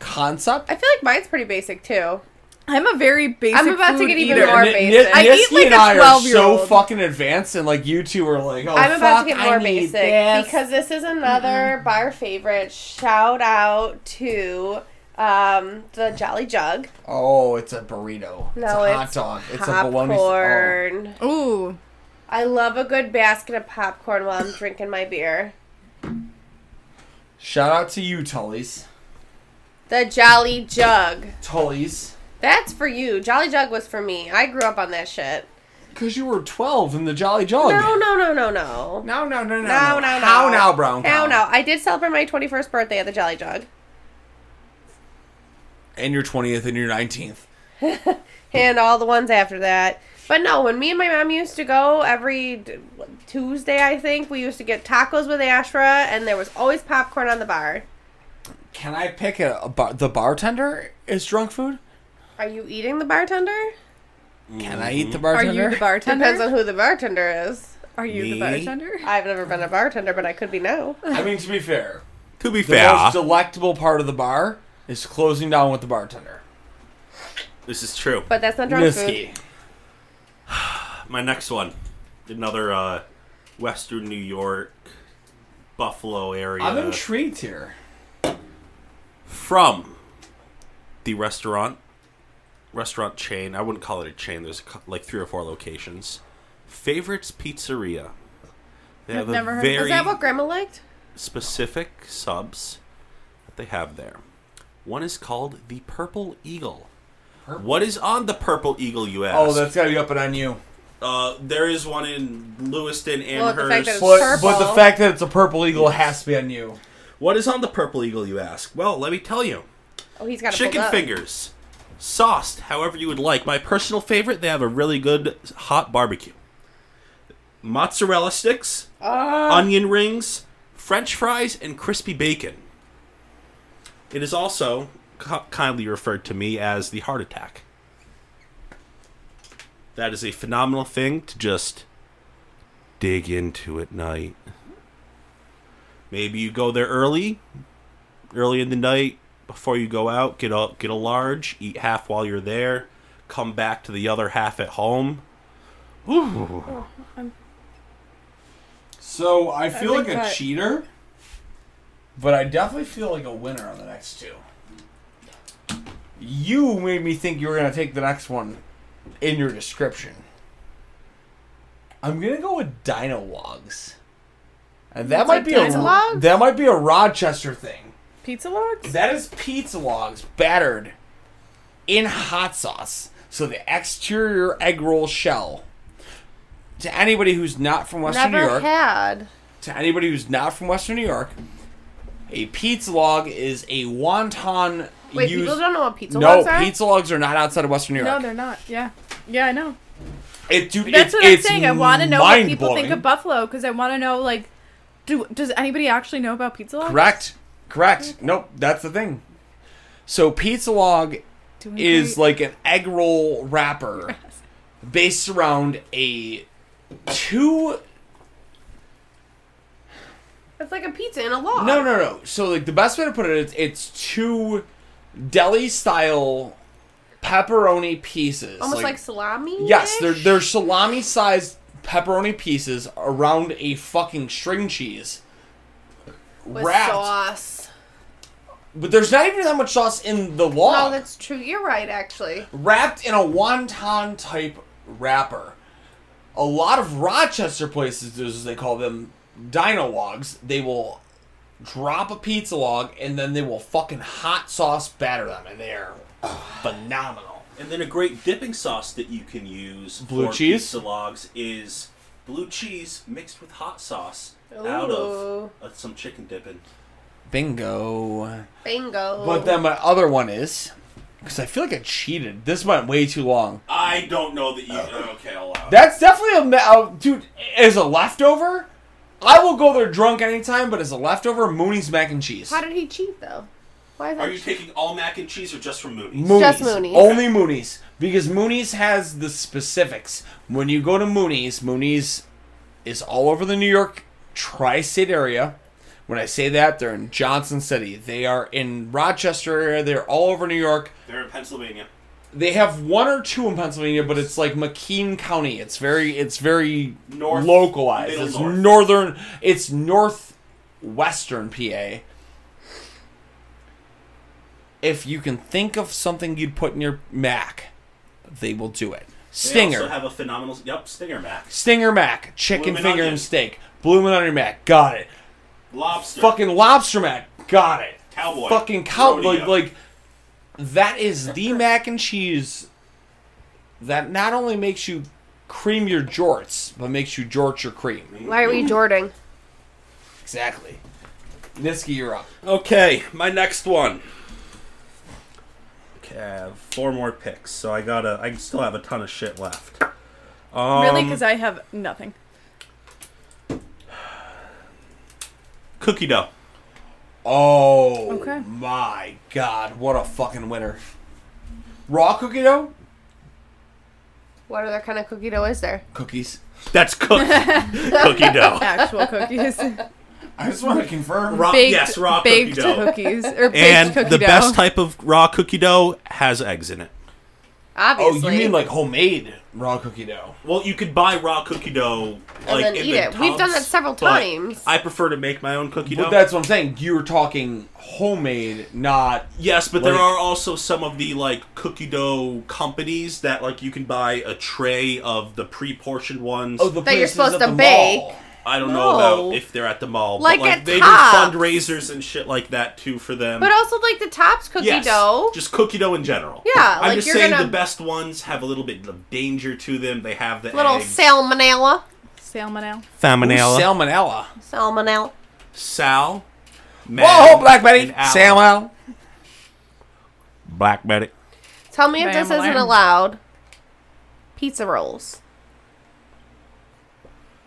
[SPEAKER 2] concept.
[SPEAKER 1] I feel like mine's pretty basic
[SPEAKER 2] Oh,
[SPEAKER 1] too.
[SPEAKER 4] I'm a very basic.
[SPEAKER 1] I'm about to
[SPEAKER 4] food
[SPEAKER 1] get even
[SPEAKER 4] eater.
[SPEAKER 1] more-
[SPEAKER 2] Ni-
[SPEAKER 1] basic.
[SPEAKER 2] Ni-
[SPEAKER 4] I eat
[SPEAKER 2] Niski
[SPEAKER 4] like
[SPEAKER 2] and
[SPEAKER 4] a
[SPEAKER 2] I are so
[SPEAKER 4] 12-year-old.
[SPEAKER 2] fucking advanced, and like you two are like, oh,
[SPEAKER 1] I'm about to
[SPEAKER 2] fuck,
[SPEAKER 1] get more
[SPEAKER 2] I need
[SPEAKER 1] basic
[SPEAKER 2] this.
[SPEAKER 1] because this is another bar favorite. Shout out to um, the Jolly Jug.
[SPEAKER 2] oh, it's a burrito. it's a
[SPEAKER 1] No,
[SPEAKER 2] hot
[SPEAKER 1] it's
[SPEAKER 2] dog. It's a bologna. Oh.
[SPEAKER 1] popcorn.
[SPEAKER 4] Ooh,
[SPEAKER 1] I love a good basket of popcorn while I'm drinking my beer.
[SPEAKER 2] Shout out to you, Tully's.
[SPEAKER 1] The Jolly Jug.
[SPEAKER 2] Tully's,
[SPEAKER 1] That's for you. Jolly Jug was for me. I grew up on that shit.
[SPEAKER 2] because you were twelve in the Jolly Jug.
[SPEAKER 1] No, no, no, no,
[SPEAKER 2] no,
[SPEAKER 1] no.
[SPEAKER 2] no, no, no,
[SPEAKER 1] No, no, no.
[SPEAKER 2] How now, brown?
[SPEAKER 1] No,
[SPEAKER 2] cow?
[SPEAKER 1] no. I did celebrate my 21st birthday at the Jolly Jug.
[SPEAKER 2] And your twentieth and your nineteenth.
[SPEAKER 1] and all the ones after that. But no, when me and my mom used to go every d- Tuesday, I think we used to get tacos with Ashra, and there was always popcorn on the bar.
[SPEAKER 2] Can I pick a, a bar- the bartender is drunk food?
[SPEAKER 1] Are you eating the bartender?
[SPEAKER 2] Can I eat the
[SPEAKER 4] are
[SPEAKER 2] bartender?
[SPEAKER 4] you the bartender?
[SPEAKER 1] Depends on who the bartender is.
[SPEAKER 4] are you
[SPEAKER 2] Me?
[SPEAKER 4] the bartender?
[SPEAKER 1] I've never been a bartender, but I could be now.
[SPEAKER 2] I mean, to be fair,
[SPEAKER 3] To be
[SPEAKER 2] the
[SPEAKER 3] fair,
[SPEAKER 2] most delectable part of the bar is closing down with the bartender.
[SPEAKER 3] this is true.
[SPEAKER 1] But that's not drunk food.
[SPEAKER 2] Niski.
[SPEAKER 3] My next one, another uh, Western New York, Buffalo area.
[SPEAKER 2] I'm intrigued here.
[SPEAKER 3] from the restaurant restaurant chain. I wouldn't call it a chain. There's a, cou- like three or four locations. Favorites Pizzeria. They have a
[SPEAKER 4] never heard- is
[SPEAKER 3] very
[SPEAKER 1] Is that what Grandma liked?
[SPEAKER 3] specific subs that they have there. One is called the Purple Eagle. What is on the Purple Eagle, you ask?
[SPEAKER 2] Oh, that's got to be up and on you.
[SPEAKER 3] Uh, there is one in Lewiston,
[SPEAKER 1] Well, the fact
[SPEAKER 3] Amherst.
[SPEAKER 1] that it's-
[SPEAKER 2] But, but the
[SPEAKER 1] Purple.
[SPEAKER 2] fact that it's a purple eagle has to be on you.
[SPEAKER 3] what is on the Purple Eagle, you ask? Well, let me tell you.
[SPEAKER 1] Oh, he's got a
[SPEAKER 3] Chicken fingers, sauced however you would like. My personal favorite, they have a really good hot barbecue. Mozzarella sticks, onion rings, french fries, and crispy bacon. It is also ki- kindly referred to me as the heart attack. That is a phenomenal thing to just dig into at night. Maybe you go there early, early in the night before you go out. Get a get a large, eat half while you're there, come back to the other half at home. Ooh,
[SPEAKER 2] So I feel
[SPEAKER 4] think
[SPEAKER 2] like a
[SPEAKER 4] that-
[SPEAKER 2] cheater, but I definitely feel like a winner on the next two. You made me think you were gonna take the next one in your description. I'm gonna go with Dino Logs, and that
[SPEAKER 4] It's
[SPEAKER 2] might
[SPEAKER 4] like
[SPEAKER 2] be a
[SPEAKER 4] Dino Logs?
[SPEAKER 2] that might be a Rochester thing.
[SPEAKER 4] Pizza logs?
[SPEAKER 2] That is pizza logs battered in hot sauce. So the exterior egg roll shell. To anybody who's not from Western New
[SPEAKER 1] Never
[SPEAKER 2] York,
[SPEAKER 1] had.
[SPEAKER 2] to anybody who's not from Western New York, a pizza log is a wonton.
[SPEAKER 1] Wait,
[SPEAKER 2] used-
[SPEAKER 1] people don't know what pizza
[SPEAKER 2] no,
[SPEAKER 1] logs are.
[SPEAKER 2] pizza logs are not outside of Western New
[SPEAKER 4] No,
[SPEAKER 2] York.
[SPEAKER 4] they're not. Yeah. Yeah, I know.
[SPEAKER 2] it, dude,
[SPEAKER 4] That's
[SPEAKER 2] it-
[SPEAKER 4] what I'm
[SPEAKER 2] it's
[SPEAKER 4] saying. I want to know what people think
[SPEAKER 2] mind-blowing.
[SPEAKER 4] of Buffalo because I want to know, like, do does anybody actually know about pizza logs?
[SPEAKER 2] Correct, correct. Nope, that's the thing. So pizza log
[SPEAKER 4] Do we
[SPEAKER 2] is
[SPEAKER 4] agree?
[SPEAKER 2] like an egg roll wrapper based around a two
[SPEAKER 1] It's like a pizza in a log.
[SPEAKER 2] no no no so like the best way to put it is it's two deli style pepperoni pieces
[SPEAKER 1] Almost like, salami.
[SPEAKER 2] yes they're they're salami sized pepperoni pieces around a fucking string cheese
[SPEAKER 1] with
[SPEAKER 2] wrapped
[SPEAKER 1] sauce.
[SPEAKER 2] but there's not even that much sauce in the log
[SPEAKER 1] No, that's true. You're right, actually.
[SPEAKER 2] wrapped in a wonton type wrapper. A lot of Rochester places, as they call them, dino logs, they will drop a pizza log and then they will fucking hot sauce batter them, and they are phenomenal.
[SPEAKER 3] and then a great dipping sauce that you can use
[SPEAKER 2] Blue
[SPEAKER 3] for
[SPEAKER 2] cheese?
[SPEAKER 3] pizza logs is blue cheese mixed with hot sauce out of
[SPEAKER 1] Ooh.
[SPEAKER 3] uh, some chicken dipping.
[SPEAKER 2] Bingo.
[SPEAKER 1] Bingo.
[SPEAKER 2] But then my other one is because I feel like I cheated. This went way too long.
[SPEAKER 3] I don't know that you.
[SPEAKER 2] Uh.
[SPEAKER 3] uh, Okay, I'll allow. it.
[SPEAKER 2] That's definitely a ma- uh, dude. As a leftover, I will go there drunk anytime. But as a leftover, Mooney's mac and cheese.
[SPEAKER 1] How did he cheat though? Why is that?
[SPEAKER 3] Are you taking all mac and cheese or just from Mooney's?
[SPEAKER 2] Mooney's.
[SPEAKER 1] Just Mooney's.
[SPEAKER 2] Only Mooney's. Because Mooney's has the specifics. When you go to Mooney's, Mooney's is all over the New York tri state area. When I say that, they're in Johnson City. They are in Rochester area. They're all over New York.
[SPEAKER 3] They're in Pennsylvania.
[SPEAKER 2] They have one or two in Pennsylvania, but it's like McKean County. It's very it's very
[SPEAKER 3] North,
[SPEAKER 2] localized.
[SPEAKER 3] middle
[SPEAKER 2] It's
[SPEAKER 3] north.
[SPEAKER 2] northern it's northwestern PA. If you can think of something you'd put in your Mac, they will do it.
[SPEAKER 3] They also
[SPEAKER 2] Stinger.
[SPEAKER 3] have a phenomenal. Yep, Stinger Mac.
[SPEAKER 2] Stinger Mac, chicken
[SPEAKER 3] Bloomin'
[SPEAKER 2] finger
[SPEAKER 3] Onion.
[SPEAKER 2] and steak. Bloomin' Onion Mac, got it.
[SPEAKER 3] Lobster.
[SPEAKER 2] Fucking lobster mac, got it.
[SPEAKER 3] Cowboy.
[SPEAKER 2] Fucking cow like
[SPEAKER 3] Rodeo.
[SPEAKER 2] like that is the mac and cheese that not only makes you cream your jorts, but makes you jort your cream.
[SPEAKER 1] Why are we jording?
[SPEAKER 2] Exactly. Niski, you're up.
[SPEAKER 3] Okay, my next one. Okay, I have four more picks, so I gotta. I still have a ton of shit left. Um,
[SPEAKER 4] Really? Because I have nothing.
[SPEAKER 3] cookie dough.
[SPEAKER 2] Oh
[SPEAKER 4] Okay.
[SPEAKER 2] my god, what a fucking winner. Raw cookie dough?
[SPEAKER 1] What other kind of cookie dough is there?
[SPEAKER 2] Cookies.
[SPEAKER 3] That's cook cookie dough.
[SPEAKER 4] Actual cookies.
[SPEAKER 1] Uh,
[SPEAKER 2] I just want to confirm.
[SPEAKER 3] Raw,
[SPEAKER 4] baked,
[SPEAKER 3] yes, raw
[SPEAKER 4] baked
[SPEAKER 3] cookie dough.
[SPEAKER 4] cookies. Or baked
[SPEAKER 3] And
[SPEAKER 4] cookie
[SPEAKER 3] the
[SPEAKER 4] dough.
[SPEAKER 3] best type of raw cookie dough has eggs in it.
[SPEAKER 2] Oh,
[SPEAKER 1] Obviously.
[SPEAKER 2] you mean like homemade raw cookie dough?
[SPEAKER 3] Well, you could buy raw cookie dough like
[SPEAKER 1] then
[SPEAKER 3] in
[SPEAKER 1] eat
[SPEAKER 3] the
[SPEAKER 1] it. We've done
[SPEAKER 3] tubs,
[SPEAKER 1] that several
[SPEAKER 3] but
[SPEAKER 1] times.
[SPEAKER 3] I prefer to make my own cookie dough.
[SPEAKER 2] But that's what I'm saying. You're talking homemade, not
[SPEAKER 3] Yes, but there
[SPEAKER 2] Like-
[SPEAKER 3] are also some of the like cookie dough companies that like you can buy a tray of the pre-portioned ones.
[SPEAKER 2] oh the
[SPEAKER 1] That you're
[SPEAKER 2] places
[SPEAKER 1] supposed
[SPEAKER 2] at
[SPEAKER 1] to
[SPEAKER 2] the
[SPEAKER 1] bake.
[SPEAKER 2] mall.
[SPEAKER 3] I don't know
[SPEAKER 1] No.
[SPEAKER 3] about if they're at the mall,
[SPEAKER 1] Like
[SPEAKER 3] but like
[SPEAKER 1] at
[SPEAKER 3] they
[SPEAKER 1] Tops.
[SPEAKER 3] do fundraisers and shit like that too for them.
[SPEAKER 1] But also like the tops cookie
[SPEAKER 3] yes,
[SPEAKER 1] dough.
[SPEAKER 3] just cookie dough in general.
[SPEAKER 1] Yeah,
[SPEAKER 3] I'm
[SPEAKER 1] like
[SPEAKER 3] just
[SPEAKER 1] you're
[SPEAKER 3] saying
[SPEAKER 1] gonna-
[SPEAKER 3] the best ones have a little bit of danger to them. They have the
[SPEAKER 1] Little
[SPEAKER 3] eggs.
[SPEAKER 1] salmonella.
[SPEAKER 4] Salmonella.
[SPEAKER 3] salmonella,
[SPEAKER 2] Salmonella.
[SPEAKER 1] Salmonella.
[SPEAKER 3] sal, man,
[SPEAKER 2] Whoa, Black Betty.
[SPEAKER 3] and owl.
[SPEAKER 2] Salmonella.
[SPEAKER 3] black medic.
[SPEAKER 1] Tell me if this
[SPEAKER 4] Bam,
[SPEAKER 1] isn't
[SPEAKER 4] lamb.
[SPEAKER 1] allowed. Pizza rolls.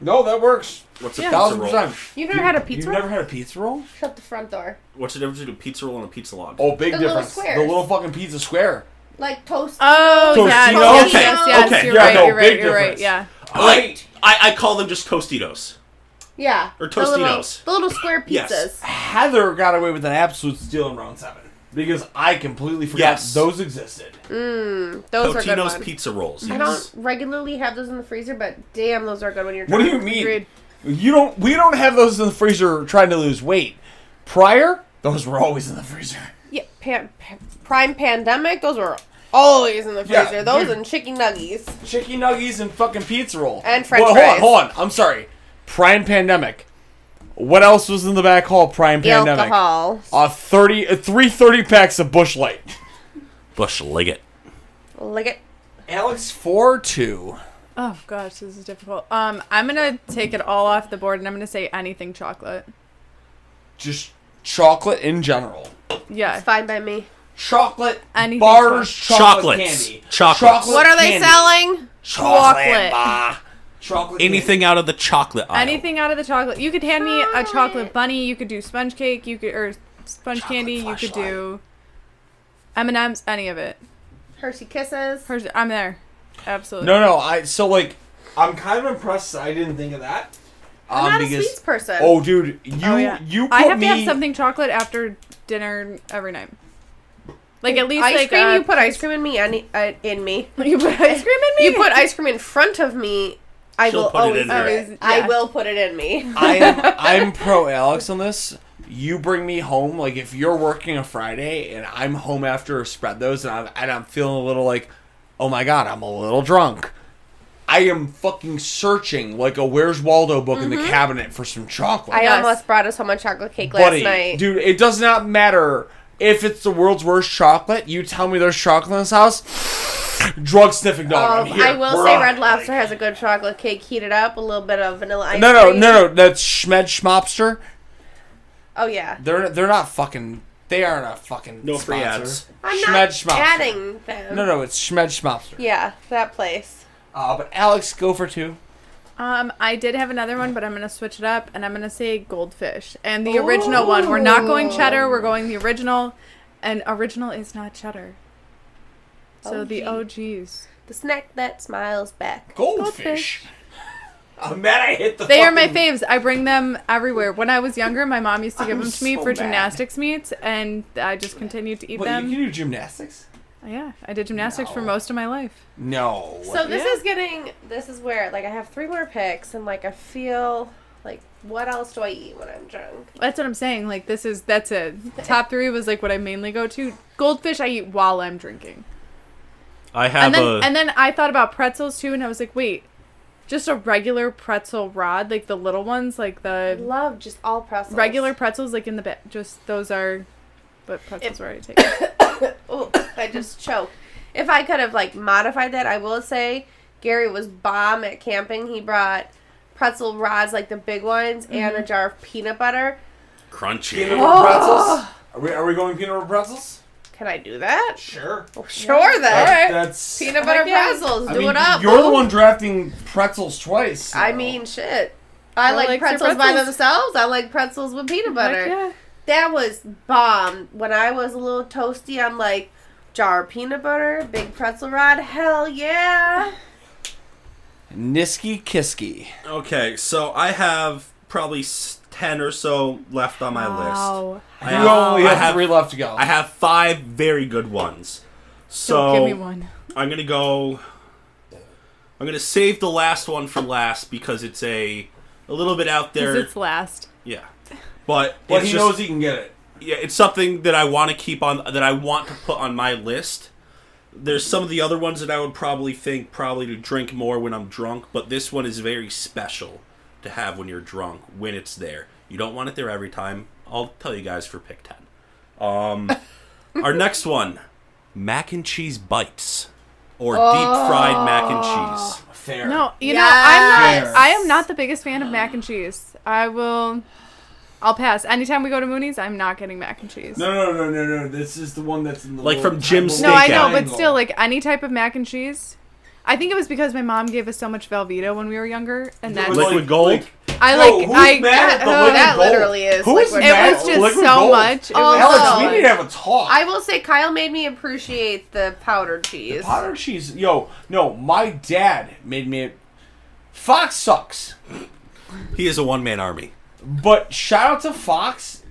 [SPEAKER 2] No, that works.
[SPEAKER 3] What's
[SPEAKER 2] A
[SPEAKER 3] a pizza
[SPEAKER 2] thousand
[SPEAKER 3] roll?
[SPEAKER 2] percent.
[SPEAKER 1] You've never had a pizza
[SPEAKER 2] You've
[SPEAKER 1] roll?
[SPEAKER 2] never had a pizza roll?
[SPEAKER 1] Shut the front door.
[SPEAKER 3] What's the difference between a pizza roll and a pizza log?
[SPEAKER 2] Oh, big
[SPEAKER 1] The little
[SPEAKER 2] difference.
[SPEAKER 1] squares.
[SPEAKER 2] the little fucking pizza square.
[SPEAKER 1] Like toast.
[SPEAKER 4] Oh,
[SPEAKER 2] Tostitos?
[SPEAKER 4] yes,
[SPEAKER 2] Okay,
[SPEAKER 4] yes,
[SPEAKER 3] okay,
[SPEAKER 4] yes, yes.
[SPEAKER 3] okay.
[SPEAKER 4] You're
[SPEAKER 2] Yeah,
[SPEAKER 4] right.
[SPEAKER 2] no,
[SPEAKER 4] you're right.
[SPEAKER 2] big
[SPEAKER 4] You're right.
[SPEAKER 2] difference.
[SPEAKER 4] Yeah.
[SPEAKER 3] like I, I call them just Tostitos.
[SPEAKER 1] yeah.
[SPEAKER 3] Or
[SPEAKER 1] The little-
[SPEAKER 3] Tostitos.
[SPEAKER 1] The little, square pizzas.
[SPEAKER 3] Yes.
[SPEAKER 2] Heather got away with an absolute steal in round seven because I completely forgot
[SPEAKER 3] Yes.
[SPEAKER 2] those existed.
[SPEAKER 1] Those are good
[SPEAKER 3] Totino's
[SPEAKER 1] ones.
[SPEAKER 3] pizza rolls.
[SPEAKER 1] I don't regularly have those in the freezer, but damn, those are good when you're.
[SPEAKER 2] What do you
[SPEAKER 1] drunk.
[SPEAKER 2] mean?
[SPEAKER 4] Agreed.
[SPEAKER 2] You don't. We don't have those in the freezer. Trying to lose weight. Prior, those were always in the freezer.
[SPEAKER 1] Yeah, pan, pa- prime pandemic. Those were always in the
[SPEAKER 2] Yeah,
[SPEAKER 1] freezer. those
[SPEAKER 2] dude.
[SPEAKER 1] and chicken nuggies.
[SPEAKER 2] Chicken nuggies and fucking pizza roll
[SPEAKER 1] And french
[SPEAKER 2] Well, Hold on,
[SPEAKER 1] fries.
[SPEAKER 2] hold on. I'm sorry. Prime pandemic. What else was in the back hall? Prime pandemic.
[SPEAKER 1] Alcohol.
[SPEAKER 2] A thirty, uh, three thirty packs of Bush Light.
[SPEAKER 3] Bush Liggett.
[SPEAKER 1] Like it.
[SPEAKER 2] Alex four two.
[SPEAKER 4] Oh gosh, this is difficult. Um, I'm gonna take it all off the board, and I'm gonna say anything chocolate.
[SPEAKER 2] Just chocolate in general.
[SPEAKER 4] Yeah.
[SPEAKER 1] It's fine by me.
[SPEAKER 2] Chocolate
[SPEAKER 4] Anything
[SPEAKER 2] bars, chocolate
[SPEAKER 3] Chocolates.
[SPEAKER 2] candy,
[SPEAKER 3] Chocolates.
[SPEAKER 2] Chocolate
[SPEAKER 1] What are they
[SPEAKER 2] candy.
[SPEAKER 1] selling?
[SPEAKER 4] Chocolate.
[SPEAKER 2] bah. Chocolate. candy.
[SPEAKER 3] Anything out of the chocolate aisle.
[SPEAKER 4] Anything out of the chocolate. You could hand me a
[SPEAKER 1] Chocolate.
[SPEAKER 4] chocolate bunny. You could do sponge cake. You could or sponge candy. You could
[SPEAKER 2] flashlight.
[SPEAKER 4] do M and M's. Any of it.
[SPEAKER 1] Hershey Kisses.
[SPEAKER 4] Pers- I'm there. Absolutely.
[SPEAKER 2] No, no. I so like. I'm kind of impressed. I didn't think of that.
[SPEAKER 1] I'm
[SPEAKER 2] um,
[SPEAKER 1] not
[SPEAKER 2] because
[SPEAKER 1] a sweets person.
[SPEAKER 2] oh, dude, you
[SPEAKER 4] Oh, yeah.
[SPEAKER 2] you put
[SPEAKER 4] I have
[SPEAKER 2] me.
[SPEAKER 4] to have something chocolate after dinner every night. Like at least
[SPEAKER 1] ice
[SPEAKER 4] like
[SPEAKER 1] cream.
[SPEAKER 4] uh,
[SPEAKER 1] you put ice cream in me. Any uh, in me.
[SPEAKER 4] you put ice cream in me.
[SPEAKER 1] You put ice cream in front of me. I
[SPEAKER 3] She'll
[SPEAKER 1] will
[SPEAKER 3] put
[SPEAKER 1] always.
[SPEAKER 3] it in her.
[SPEAKER 1] always-
[SPEAKER 4] Yeah.
[SPEAKER 1] I will put it in me.
[SPEAKER 2] I am I'm pro Alex on this. You bring me home like if you're working a Friday and I'm home after a spread those and I'm and I'm feeling a little like, oh my god, I'm a little drunk. I am fucking searching like a Where's Waldo book in the cabinet for some chocolate,
[SPEAKER 1] Mm-hmm. I
[SPEAKER 4] Yes.
[SPEAKER 1] almost brought us home a chocolate cake last
[SPEAKER 2] buddy.
[SPEAKER 1] night.
[SPEAKER 2] Dude, it does not matter if it's the world's worst chocolate. You tell me there's chocolate in this house. Drug sniffing dog.
[SPEAKER 1] Um,
[SPEAKER 2] I'm here.
[SPEAKER 1] I will
[SPEAKER 2] We're
[SPEAKER 1] say
[SPEAKER 2] on
[SPEAKER 1] Red
[SPEAKER 2] it.
[SPEAKER 1] Lobster has a good chocolate cake heated up, a little bit of vanilla ice
[SPEAKER 2] No, no,
[SPEAKER 1] cream.
[SPEAKER 2] no, no. That's Schmed Schmopster.
[SPEAKER 1] Oh yeah.
[SPEAKER 2] They're they're not fucking. They aren't a fucking
[SPEAKER 3] No free
[SPEAKER 2] sponsor.
[SPEAKER 3] ads.
[SPEAKER 1] I'm
[SPEAKER 2] Schmed
[SPEAKER 1] not
[SPEAKER 2] Schmopster.
[SPEAKER 1] adding them.
[SPEAKER 2] No, no, it's Schmed Schmopster.
[SPEAKER 1] Yeah, that place.
[SPEAKER 2] Uh, but Alex, go for two.
[SPEAKER 4] Um, I did have another one, but I'm gonna switch it up, and I'm gonna say goldfish and the original one. We're not going cheddar.
[SPEAKER 2] Oh.
[SPEAKER 4] We're going the original, and original is not cheddar. So the OGs.
[SPEAKER 1] The snack that smiles back.
[SPEAKER 2] Goldfish. I'm mad I hit the.
[SPEAKER 4] They are my
[SPEAKER 2] fucking-
[SPEAKER 4] faves. I bring them everywhere. When I was younger, my mom used to give
[SPEAKER 2] I'm
[SPEAKER 4] them to me
[SPEAKER 2] so
[SPEAKER 4] for
[SPEAKER 2] mad.
[SPEAKER 4] gymnastics meets, and I just continued to eat
[SPEAKER 2] Wait,
[SPEAKER 4] them.
[SPEAKER 2] you can do gymnastics?
[SPEAKER 4] Yeah, I did gymnastics for
[SPEAKER 2] No.
[SPEAKER 4] most of my life.
[SPEAKER 2] No.
[SPEAKER 1] So this
[SPEAKER 4] Yeah.
[SPEAKER 1] is getting. This is where like I have three more picks, and like I feel like what else do I eat when I'm drunk?
[SPEAKER 4] That's what I'm saying. Like this is that's it. Top three was like what I mainly go to. Goldfish I eat while I'm drinking.
[SPEAKER 3] I have
[SPEAKER 4] and then
[SPEAKER 3] a.
[SPEAKER 4] and then I thought about pretzels too, and I was like, wait, just a regular pretzel rod, like the little ones, like
[SPEAKER 1] I
[SPEAKER 4] the
[SPEAKER 1] love just all pretzels.
[SPEAKER 4] regular pretzels, like in the bit. Just those are, but pretzels were already taken.
[SPEAKER 1] Oh, I just choked. If I could have like modified that, I will say Gary was bomb at camping. He brought pretzel rods, like the big ones, and a
[SPEAKER 4] Mm-hmm.
[SPEAKER 1] jar of peanut butter.
[SPEAKER 3] Crunchy.
[SPEAKER 2] Peanut butter
[SPEAKER 1] Oh.
[SPEAKER 2] pretzels. Are we are we going peanut butter pretzels?
[SPEAKER 1] Can I do that?
[SPEAKER 2] Sure.
[SPEAKER 1] Oh, sure then.
[SPEAKER 2] That- That's.
[SPEAKER 1] Peanut butter
[SPEAKER 4] Heck yeah.
[SPEAKER 1] pretzels.
[SPEAKER 2] I
[SPEAKER 1] do
[SPEAKER 2] mean,
[SPEAKER 1] it up.
[SPEAKER 2] You're the
[SPEAKER 1] boo.
[SPEAKER 2] one drafting pretzels twice. so-
[SPEAKER 1] I mean, shit. I
[SPEAKER 4] Girl
[SPEAKER 1] like
[SPEAKER 4] likes her
[SPEAKER 1] pretzels by
[SPEAKER 4] pretzels.
[SPEAKER 1] themselves. I like pretzels with peanut
[SPEAKER 4] Like,
[SPEAKER 1] butter.
[SPEAKER 4] yeah.
[SPEAKER 1] That was bomb. When I was a little toasty, I'm like, jar of peanut butter, big pretzel rod. Hell yeah.
[SPEAKER 2] Nisky Kiski.
[SPEAKER 3] Okay, so I have probably s- ten or so left on my list.
[SPEAKER 4] Wow.
[SPEAKER 3] I
[SPEAKER 2] You
[SPEAKER 3] have,
[SPEAKER 2] only
[SPEAKER 3] I
[SPEAKER 2] have,
[SPEAKER 3] have-
[SPEAKER 2] three left to go.
[SPEAKER 3] I have five very good ones. So
[SPEAKER 4] Don't give me one.
[SPEAKER 3] I'm gonna go. I'm gonna save the last one for last because it's a a little bit out
[SPEAKER 4] Because
[SPEAKER 3] there.
[SPEAKER 4] it's last.
[SPEAKER 3] yeah, but
[SPEAKER 2] but
[SPEAKER 3] it's
[SPEAKER 2] he
[SPEAKER 3] just-
[SPEAKER 2] knows he can get it.
[SPEAKER 3] yeah, it's something that I want to keep on that I want to put on my list. There's some of the other ones that I would probably think probably to drink more when I'm drunk, but this one is very special to have when you're drunk when it's there. You don't want it there every time. I'll tell you guys for pick 10. Um, our next one mac and cheese bites or deep fried mac and cheese.
[SPEAKER 2] Fair.
[SPEAKER 4] No, you know, I'm
[SPEAKER 1] Yes.
[SPEAKER 4] not. I am not the biggest fan of mac and cheese. I will. I'll pass. Anytime we go to Mooney's, I'm not getting mac and cheese.
[SPEAKER 2] No, no, no, no, no. This is the one that's in the
[SPEAKER 3] Like
[SPEAKER 2] little
[SPEAKER 3] from Jim's
[SPEAKER 4] No, I know, but
[SPEAKER 2] Triangle.
[SPEAKER 4] still, like any type of mac and cheese. I think it was because my mom gave us so much Velveeta when we were younger, and that's
[SPEAKER 3] Liquid gold?
[SPEAKER 4] I
[SPEAKER 2] Yo,
[SPEAKER 4] like
[SPEAKER 2] who's
[SPEAKER 4] I
[SPEAKER 2] mad at the
[SPEAKER 4] uh,
[SPEAKER 2] liquid
[SPEAKER 4] that-
[SPEAKER 1] that
[SPEAKER 2] gold?
[SPEAKER 1] literally is.
[SPEAKER 2] Who
[SPEAKER 1] like,
[SPEAKER 2] is
[SPEAKER 1] what-
[SPEAKER 2] mad?
[SPEAKER 4] it was just
[SPEAKER 2] Liquid
[SPEAKER 4] so
[SPEAKER 2] gold.
[SPEAKER 4] much. It was
[SPEAKER 1] Alex,
[SPEAKER 4] so
[SPEAKER 2] Alex, we need to have a talk.
[SPEAKER 1] I will say Kyle made me appreciate the powdered cheese.
[SPEAKER 2] Powdered cheese. Yo, no, my dad made me. Fox sucks.
[SPEAKER 3] He is a one man army.
[SPEAKER 2] But shout out to Fox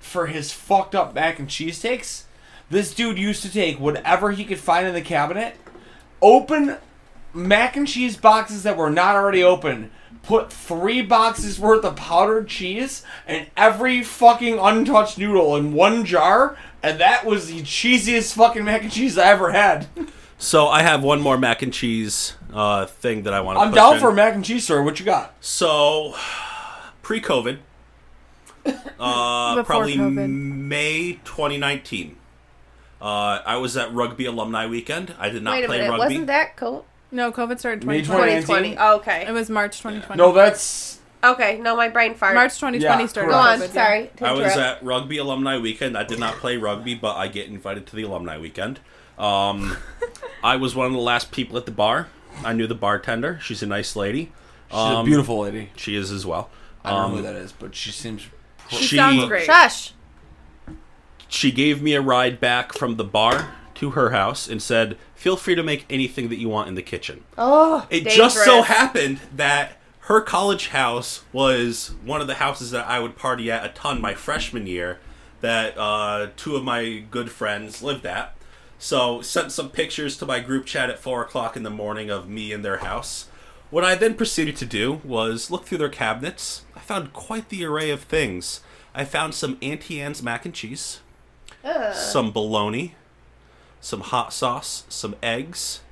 [SPEAKER 2] for his fucked up mac and cheese steaks. This dude used to take whatever he could find in the cabinet, open mac and cheese boxes that were not already open, put three boxes worth of powdered cheese and every fucking untouched noodle in one jar, and that was the cheesiest fucking mac and cheese I ever had.
[SPEAKER 3] So I have one more mac and cheese uh, thing that I want to
[SPEAKER 2] I'm down for a mac and cheese, sir. What you got?
[SPEAKER 3] So, pre COVID,
[SPEAKER 4] Before
[SPEAKER 3] probably
[SPEAKER 4] COVID.
[SPEAKER 3] May 2019. Uh, I was at rugby alumni weekend. I did not
[SPEAKER 1] Wait a
[SPEAKER 3] play
[SPEAKER 1] minute,
[SPEAKER 3] rugby.
[SPEAKER 1] wasn't that cool?
[SPEAKER 4] No, COVID started
[SPEAKER 2] May
[SPEAKER 4] 2020.
[SPEAKER 1] 2020.
[SPEAKER 2] 2019.
[SPEAKER 1] Oh,
[SPEAKER 4] It
[SPEAKER 1] okay.
[SPEAKER 4] was March 2020.
[SPEAKER 2] No, that's
[SPEAKER 1] Okay, no, my brain fired.
[SPEAKER 4] March 2020
[SPEAKER 2] Yeah,
[SPEAKER 4] started.
[SPEAKER 1] Go on,
[SPEAKER 4] COVID, yeah.
[SPEAKER 1] sorry. to
[SPEAKER 3] I was
[SPEAKER 1] interrupt.
[SPEAKER 3] at rugby alumni weekend. I did not play rugby, but I get invited to the alumni weekend. Um, I was one of the last people at the bar. I knew the bartender. She's a nice lady.
[SPEAKER 2] she's a beautiful lady.
[SPEAKER 3] She is as well.
[SPEAKER 2] I don't know who that
[SPEAKER 3] Um,
[SPEAKER 2] is, but she seems.
[SPEAKER 4] She, sounds great.
[SPEAKER 1] Shush.
[SPEAKER 3] she gave me a ride back from the bar to her house and said, "Feel free to make anything that you want in the kitchen."
[SPEAKER 1] Oh,
[SPEAKER 3] It just so
[SPEAKER 1] dangerous.
[SPEAKER 3] happened that her college house was one of the houses that I would party at a ton my freshman year. That uh, two of my good friends lived at. So sent some pictures to my group chat at four o'clock in the morning of me in their house. What I then proceeded to do was look through their cabinets. I found quite the array of things. I found some Auntie Anne's mac and cheese, some bologna, some hot sauce, some eggs,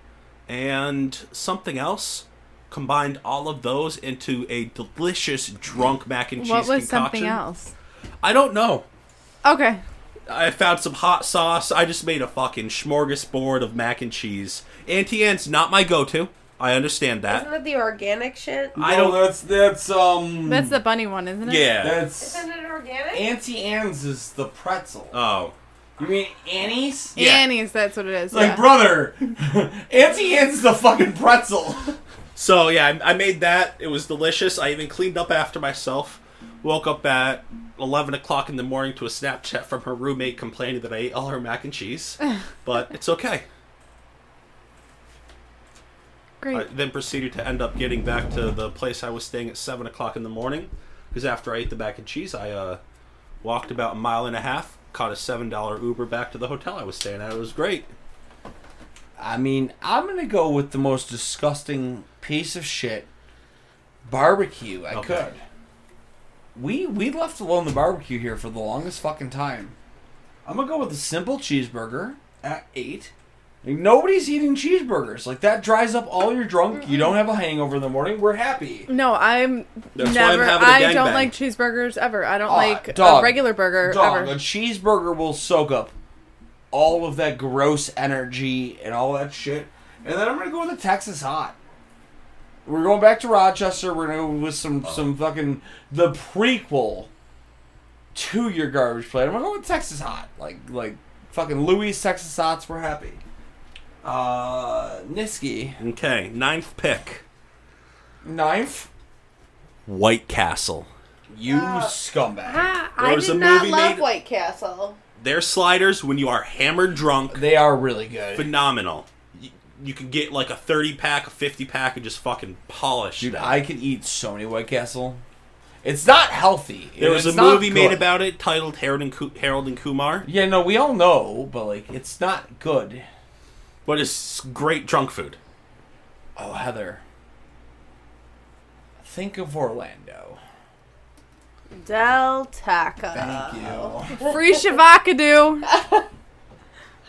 [SPEAKER 3] and something else. Combined all of those into a delicious drunk mac and cheese
[SPEAKER 4] What
[SPEAKER 3] concoction.
[SPEAKER 4] was something else?
[SPEAKER 3] I don't know.
[SPEAKER 4] Okay.
[SPEAKER 3] I found some hot sauce. I just made a fucking smorgasbord of mac and cheese. Auntie Anne's not my go-to. I understand
[SPEAKER 1] Isn't
[SPEAKER 3] that.
[SPEAKER 1] that the organic shit?
[SPEAKER 3] I don't.
[SPEAKER 2] No, that's that's um.
[SPEAKER 4] That's the bunny one, isn't it?
[SPEAKER 3] Yeah.
[SPEAKER 2] That's
[SPEAKER 1] Isn't it organic?
[SPEAKER 2] Auntie Anne's is the pretzel.
[SPEAKER 3] Oh.
[SPEAKER 2] you mean Annie's?
[SPEAKER 3] Yeah.
[SPEAKER 4] Annie's, that's what it is.
[SPEAKER 2] Like
[SPEAKER 4] yeah.
[SPEAKER 2] brother, Auntie Anne's is the fucking pretzel.
[SPEAKER 3] So yeah, I, I made that. It was delicious. I even cleaned up after myself. Woke up at eleven o'clock in the morning to a Snapchat from her roommate complaining that I ate all her mac and cheese, but it's okay.
[SPEAKER 4] Great.
[SPEAKER 3] I then proceeded to end up getting back to the place I was staying at seven o'clock in the morning, because after I ate the mac and cheese, I uh, walked about a mile and a half, caught a seven dollar Uber back to the hotel I was staying at. It was great.
[SPEAKER 2] I mean, I'm gonna go with the most disgusting piece of shit barbecue I
[SPEAKER 3] Okay.
[SPEAKER 2] could. We we left alone the barbecue here for the longest fucking time. I'm gonna go with a simple cheeseburger at eight. Like, nobody's eating cheeseburgers. Like that dries up all your drunk. You don't have a hangover in the morning. We're happy.
[SPEAKER 4] No, I'm
[SPEAKER 3] That's why I'm
[SPEAKER 4] never.
[SPEAKER 3] having a
[SPEAKER 4] I
[SPEAKER 3] gangbang.
[SPEAKER 4] don't like cheeseburgers ever. I don't
[SPEAKER 2] Ah,
[SPEAKER 4] like
[SPEAKER 2] dog.
[SPEAKER 4] a regular burger
[SPEAKER 2] Dog, a
[SPEAKER 4] ever.
[SPEAKER 2] cheeseburger will soak up all of that gross energy and all that shit. And then I'm gonna go with a Texas hot. We're going back to Rochester. We're gonna go with some some fucking the prequel to your garbage plate. I'm gonna go with Texas hot, like like fucking Louis Texas hots. We're happy. Uh, Niski
[SPEAKER 3] Okay, ninth pick,
[SPEAKER 2] knife.
[SPEAKER 3] White Castle.
[SPEAKER 2] You scumbag.
[SPEAKER 1] Ah,
[SPEAKER 3] There
[SPEAKER 1] I
[SPEAKER 3] was
[SPEAKER 1] did
[SPEAKER 3] a
[SPEAKER 1] not
[SPEAKER 3] movie
[SPEAKER 1] love
[SPEAKER 3] made-
[SPEAKER 1] White Castle.
[SPEAKER 3] Their sliders, when you are hammered drunk,
[SPEAKER 2] They are really good.
[SPEAKER 3] phenomenal. You, you can get like a 30 pack, a 50 pack, and just fucking polish.
[SPEAKER 2] Dude,
[SPEAKER 3] them.
[SPEAKER 2] I could eat so many White Castle. It's not healthy.
[SPEAKER 3] there was a
[SPEAKER 2] It's not
[SPEAKER 3] movie made
[SPEAKER 2] good.
[SPEAKER 3] about it titled Harold and, Ku- Harold and Kumar,
[SPEAKER 2] Yeah, no, we all know, but like, it's not good.
[SPEAKER 3] but it's great drunk food.
[SPEAKER 2] Oh, Heather, think of Orlando.
[SPEAKER 1] Del Taco.
[SPEAKER 2] Thank you.
[SPEAKER 4] Free shavacadoo.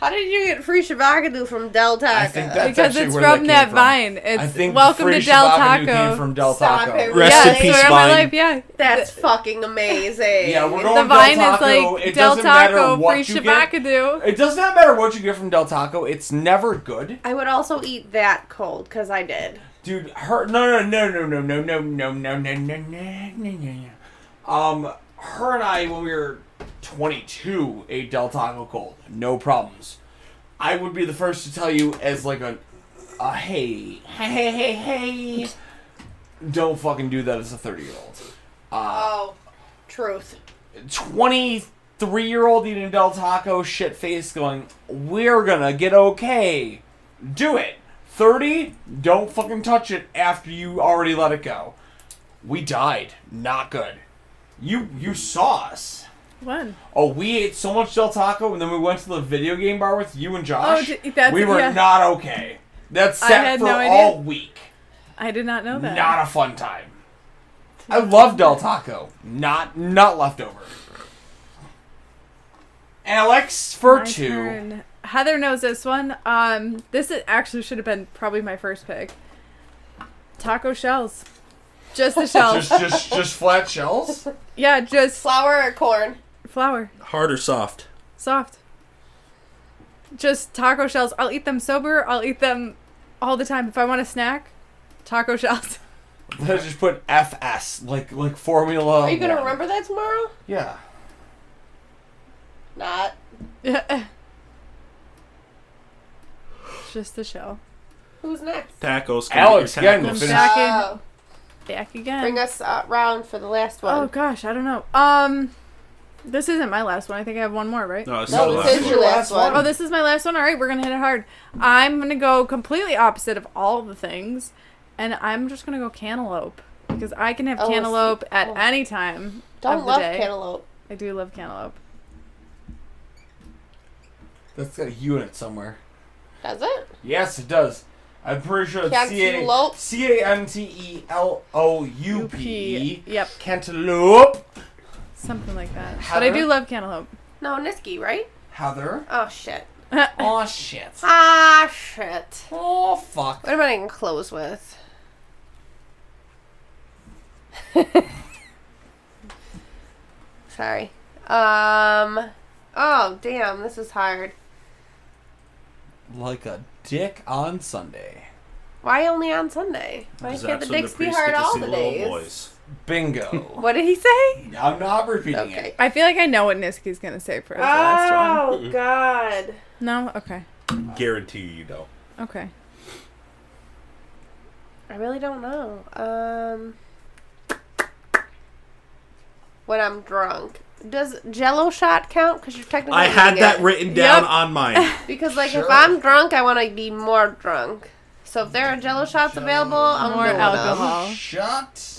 [SPEAKER 1] How did you get free shabakadoo from Del Taco?
[SPEAKER 2] I think that's
[SPEAKER 4] Because
[SPEAKER 2] actually
[SPEAKER 4] it's
[SPEAKER 2] where
[SPEAKER 4] from
[SPEAKER 2] came
[SPEAKER 4] that
[SPEAKER 2] from.
[SPEAKER 4] vine.
[SPEAKER 2] I
[SPEAKER 4] It's
[SPEAKER 2] think
[SPEAKER 4] welcome
[SPEAKER 2] free
[SPEAKER 4] to Del
[SPEAKER 2] Shabakadoo
[SPEAKER 4] Taco.
[SPEAKER 2] Came from Del
[SPEAKER 1] Stop
[SPEAKER 2] Taco.
[SPEAKER 1] it.
[SPEAKER 3] Rest
[SPEAKER 4] yeah,
[SPEAKER 3] in peace,
[SPEAKER 4] story of my
[SPEAKER 3] Vine.
[SPEAKER 4] life. Yeah,
[SPEAKER 1] that's fucking amazing.
[SPEAKER 2] Yeah, we're going
[SPEAKER 4] the
[SPEAKER 2] Del
[SPEAKER 4] vine is
[SPEAKER 2] Taco.
[SPEAKER 4] like
[SPEAKER 2] it
[SPEAKER 4] Del
[SPEAKER 2] doesn't matter
[SPEAKER 4] Taco
[SPEAKER 2] what
[SPEAKER 4] free
[SPEAKER 2] you get.
[SPEAKER 4] Shabakadoo.
[SPEAKER 2] It does not matter what you get from Del Taco. It's never good,
[SPEAKER 1] I would also eat that cold because I did.
[SPEAKER 2] dude. Her no no no no no no no no no no no no no no no. Um, her and I when we were 22 ate Del Taco cold, no problems. I would be the first to tell you as like a, a hey hey hey hey, hey. don't fucking do that as a 30 year old.
[SPEAKER 1] Oh, truth.
[SPEAKER 2] 23 year old eating a Del Taco shit face going, We're gonna get okay. Do it. 30, don't fucking touch it after you already let it go. We died. Not good. You you saw us.
[SPEAKER 4] One.
[SPEAKER 2] Oh, we ate so much Del Taco and then we went to the video game bar with you and Josh.
[SPEAKER 4] Oh, d- that's-
[SPEAKER 2] we were
[SPEAKER 4] yeah.
[SPEAKER 2] not okay. That's
[SPEAKER 4] I
[SPEAKER 2] set
[SPEAKER 4] had
[SPEAKER 2] for
[SPEAKER 4] no idea.
[SPEAKER 2] all week.
[SPEAKER 4] I did not know that.
[SPEAKER 2] Not a fun time. I love Del Taco. Not not leftover. Alex for
[SPEAKER 4] My
[SPEAKER 2] two.
[SPEAKER 4] turn. Heather knows this one. Um, this is, actually should have been probably my first pick. Taco shells, just the shells.
[SPEAKER 2] Just just just flat shells.
[SPEAKER 4] yeah, just
[SPEAKER 1] Flour or corn?
[SPEAKER 4] flour,
[SPEAKER 3] Hard or soft?
[SPEAKER 4] soft. Just taco shells. I'll eat them sober. I'll eat them all the time. If I want a snack, taco shells.
[SPEAKER 2] Let's just put FS like like Formula.
[SPEAKER 1] Are you gonna
[SPEAKER 2] One.
[SPEAKER 1] remember that tomorrow?
[SPEAKER 2] Yeah.
[SPEAKER 1] Not.
[SPEAKER 4] just the shell.
[SPEAKER 1] Who's next?
[SPEAKER 3] Tacos. Can
[SPEAKER 2] Alex
[SPEAKER 3] get your
[SPEAKER 2] again will
[SPEAKER 3] tacos.
[SPEAKER 2] finish.
[SPEAKER 4] back in.
[SPEAKER 1] Oh,
[SPEAKER 4] Back again.
[SPEAKER 1] bring us uh, round for the last one.
[SPEAKER 4] Oh gosh, I don't know. Um, this isn't my last one. I think I have one more, right?
[SPEAKER 3] No, it's
[SPEAKER 1] No,
[SPEAKER 3] the
[SPEAKER 1] this
[SPEAKER 3] last
[SPEAKER 1] is
[SPEAKER 3] one.
[SPEAKER 1] your last one.
[SPEAKER 4] Oh, this is my last one. All right, we're gonna hit it hard. I'm gonna go completely opposite of all the things, and I'm just gonna go cantaloupe because I can have
[SPEAKER 1] Oh,
[SPEAKER 4] cantaloupe
[SPEAKER 1] sweet.
[SPEAKER 4] at
[SPEAKER 1] Oh.
[SPEAKER 4] any time. of
[SPEAKER 1] Don't
[SPEAKER 4] the
[SPEAKER 1] love
[SPEAKER 4] day.
[SPEAKER 1] cantaloupe.
[SPEAKER 4] I do love cantaloupe.
[SPEAKER 2] That's got a unit somewhere.
[SPEAKER 1] Does it?
[SPEAKER 2] Yes, it does. I'm pretty sure it's C A
[SPEAKER 1] Cantaloupe.
[SPEAKER 2] C A N T E L O U P.
[SPEAKER 4] Yep,
[SPEAKER 2] Cantaloupe.
[SPEAKER 4] something like that. But
[SPEAKER 2] Heather?
[SPEAKER 4] I do love cantaloupe.
[SPEAKER 1] No, Niski, right?
[SPEAKER 2] Heather.
[SPEAKER 1] Oh shit.
[SPEAKER 2] Oh shit.
[SPEAKER 1] Ah shit.
[SPEAKER 2] Oh fuck.
[SPEAKER 1] What am I gonna close with? Sorry. Um. Oh damn, this is hard.
[SPEAKER 2] Like a dick on Sunday.
[SPEAKER 1] Why only on Sunday? Why
[SPEAKER 3] Because
[SPEAKER 1] can't the
[SPEAKER 3] that's when
[SPEAKER 1] dicks be
[SPEAKER 3] priests
[SPEAKER 1] hard
[SPEAKER 3] get to
[SPEAKER 1] all
[SPEAKER 3] see
[SPEAKER 1] the
[SPEAKER 3] little
[SPEAKER 1] days?
[SPEAKER 3] boys.
[SPEAKER 2] Bingo.
[SPEAKER 1] What did he say?
[SPEAKER 2] I'm not repeating
[SPEAKER 1] Okay.
[SPEAKER 2] it.
[SPEAKER 4] I feel like I know what Niski's gonna say for his last one.
[SPEAKER 1] Oh God.
[SPEAKER 4] No, okay,
[SPEAKER 3] Guarantee you know.
[SPEAKER 4] okay.
[SPEAKER 1] I really don't know. Um, when I'm drunk, does Jello shot count? Because you're technically.
[SPEAKER 3] I had
[SPEAKER 1] eating
[SPEAKER 3] that
[SPEAKER 1] it.
[SPEAKER 3] written down
[SPEAKER 4] Yep.
[SPEAKER 3] on mine.
[SPEAKER 1] Because like if
[SPEAKER 2] Sure.
[SPEAKER 1] I'm drunk, I want to be more drunk. So if there are Jello shots available, I'm
[SPEAKER 4] More
[SPEAKER 1] more alcohol.
[SPEAKER 4] alcohol.
[SPEAKER 2] Shut.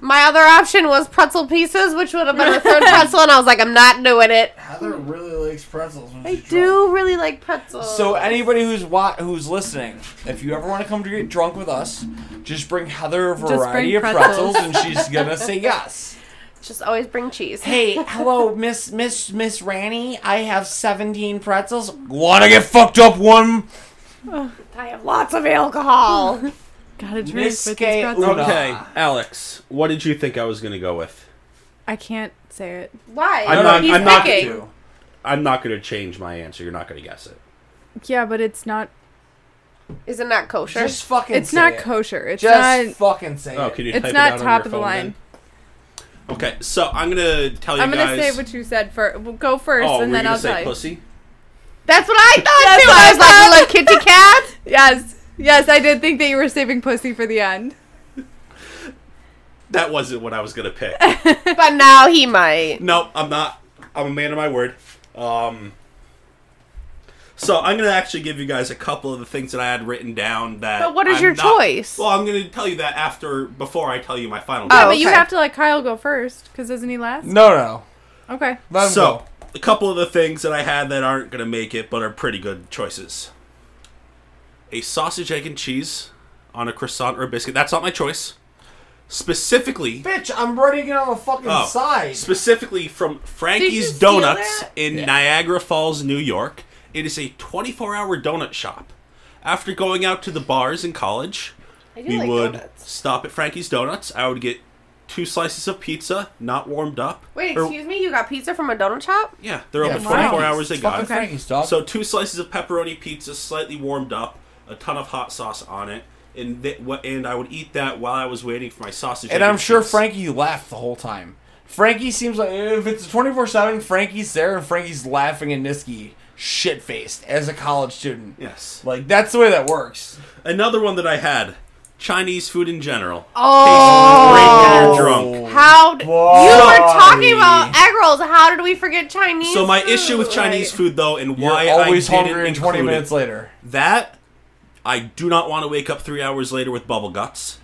[SPEAKER 1] My other option was pretzel pieces, which would have been a third pretzel, and I was like, I'm not doing it.
[SPEAKER 2] Heather really likes pretzels. When
[SPEAKER 1] I
[SPEAKER 2] she's
[SPEAKER 1] do really like pretzels.
[SPEAKER 2] drunk. So anybody who's wa- who's listening, if you ever want to come to get drunk with us, just bring Heather a
[SPEAKER 4] bring
[SPEAKER 2] variety of pretzels,
[SPEAKER 4] pretzels.
[SPEAKER 2] and she's gonna say yes.
[SPEAKER 1] just always bring cheese.
[SPEAKER 2] Hey, hello, Miss Miss Miss Ranny. I have seventeen pretzels. Wanna get fucked up one?
[SPEAKER 1] I have lots of alcohol.
[SPEAKER 4] Gotta drink
[SPEAKER 2] Miss
[SPEAKER 4] with
[SPEAKER 2] Gay-
[SPEAKER 4] these pretzels.
[SPEAKER 3] Okay, Alex, what did you think I was gonna go with?
[SPEAKER 4] I can't say it.
[SPEAKER 1] Why?
[SPEAKER 3] I'm not- I'm not
[SPEAKER 1] picking.
[SPEAKER 2] Two.
[SPEAKER 3] I'm not gonna change my answer. You're not gonna guess it.
[SPEAKER 4] Yeah, but it's not.
[SPEAKER 1] Is it not kosher?
[SPEAKER 2] Just fucking.
[SPEAKER 4] It's
[SPEAKER 2] say
[SPEAKER 4] not
[SPEAKER 2] it.
[SPEAKER 4] kosher. It's
[SPEAKER 2] Just
[SPEAKER 4] not.
[SPEAKER 2] fucking say
[SPEAKER 3] Oh,
[SPEAKER 2] it.
[SPEAKER 3] can you? type
[SPEAKER 4] It's
[SPEAKER 3] it
[SPEAKER 4] not
[SPEAKER 3] out on
[SPEAKER 4] top
[SPEAKER 3] your
[SPEAKER 4] of the
[SPEAKER 3] phone
[SPEAKER 4] line.
[SPEAKER 3] then? Okay, so I'm gonna tell you
[SPEAKER 4] I'm gonna
[SPEAKER 3] guys.
[SPEAKER 4] say what you said first. Well, go first,
[SPEAKER 3] oh,
[SPEAKER 4] and
[SPEAKER 3] were you
[SPEAKER 4] then
[SPEAKER 3] gonna
[SPEAKER 4] I'll
[SPEAKER 3] say
[SPEAKER 4] tell you.
[SPEAKER 3] pussy.
[SPEAKER 1] That's what I thought
[SPEAKER 4] That's
[SPEAKER 1] too.
[SPEAKER 4] what
[SPEAKER 1] I
[SPEAKER 4] I
[SPEAKER 1] was like, you like kitty cat?
[SPEAKER 4] Yes, yes, I did think that you were saving pussy for the end.
[SPEAKER 3] That wasn't what I was gonna pick.
[SPEAKER 1] But now he might.
[SPEAKER 3] no, I'm not. I'm a man of my word. Um, so I'm gonna actually give you guys a couple of the things that I had written down. That.
[SPEAKER 1] But what is
[SPEAKER 3] I'm
[SPEAKER 1] your
[SPEAKER 3] not-
[SPEAKER 1] choice?
[SPEAKER 3] Well, I'm gonna tell you that after, before I tell you my final.
[SPEAKER 1] Oh,
[SPEAKER 4] Yeah,
[SPEAKER 3] choice.
[SPEAKER 4] but you
[SPEAKER 1] okay.
[SPEAKER 4] have to let Kyle go first, because isn't he last?
[SPEAKER 2] No, no.
[SPEAKER 4] Okay.
[SPEAKER 2] Let him
[SPEAKER 3] So,
[SPEAKER 2] go.
[SPEAKER 3] a couple of the things that I had that aren't going to make it, but are pretty good choices. A sausage, egg, and cheese on a croissant or a biscuit. That's not my choice. Specifically,
[SPEAKER 2] bitch, I'm ready to get on the fucking
[SPEAKER 3] oh,
[SPEAKER 2] side.
[SPEAKER 3] specifically from
[SPEAKER 1] Did you
[SPEAKER 3] Frankie's
[SPEAKER 1] steal
[SPEAKER 3] Donuts
[SPEAKER 1] that?
[SPEAKER 3] in Niagara Falls, New York. It is a 24 hour donut shop. After going out to the bars in college,
[SPEAKER 1] I do
[SPEAKER 3] we
[SPEAKER 1] like
[SPEAKER 3] would
[SPEAKER 1] donuts.
[SPEAKER 3] stop at Frankie's Donuts. I would get two slices of pizza, not warmed up.
[SPEAKER 1] Wait,
[SPEAKER 3] Or-
[SPEAKER 1] excuse me. You got pizza from a donut shop?
[SPEAKER 3] Yeah, they're open
[SPEAKER 4] wow.
[SPEAKER 3] 24 hours. They got
[SPEAKER 2] Fucking
[SPEAKER 4] Okay.
[SPEAKER 2] Frankie's dog.
[SPEAKER 3] so two slices of pepperoni pizza, slightly warmed up, a ton of hot sauce on it, and th- what? And I would eat that while I was waiting for my sausage.
[SPEAKER 2] and
[SPEAKER 3] egg
[SPEAKER 2] I'm sure
[SPEAKER 3] cheese.
[SPEAKER 2] Frankie laughed the whole time. Frankie seems like if it's 24 seven, Frankie's there and Frankie's laughing and Niski shit faced as a college student.
[SPEAKER 3] Yes.
[SPEAKER 2] Like that's the way that works.
[SPEAKER 3] Another one that I had. Chinese food in general. Oh, great when you're drunk.
[SPEAKER 1] How d- you were
[SPEAKER 2] Buddy.
[SPEAKER 1] talking about Uh, egg rolls. How did we forget Chinese?
[SPEAKER 3] So my issue with Chinese
[SPEAKER 1] Right.
[SPEAKER 3] food, though, and
[SPEAKER 2] You're
[SPEAKER 3] why
[SPEAKER 2] always
[SPEAKER 3] I didn't
[SPEAKER 2] hungry and 20
[SPEAKER 3] include
[SPEAKER 2] minutes
[SPEAKER 3] it,
[SPEAKER 2] later.
[SPEAKER 3] that I do not want to wake up three hours later with bubble guts.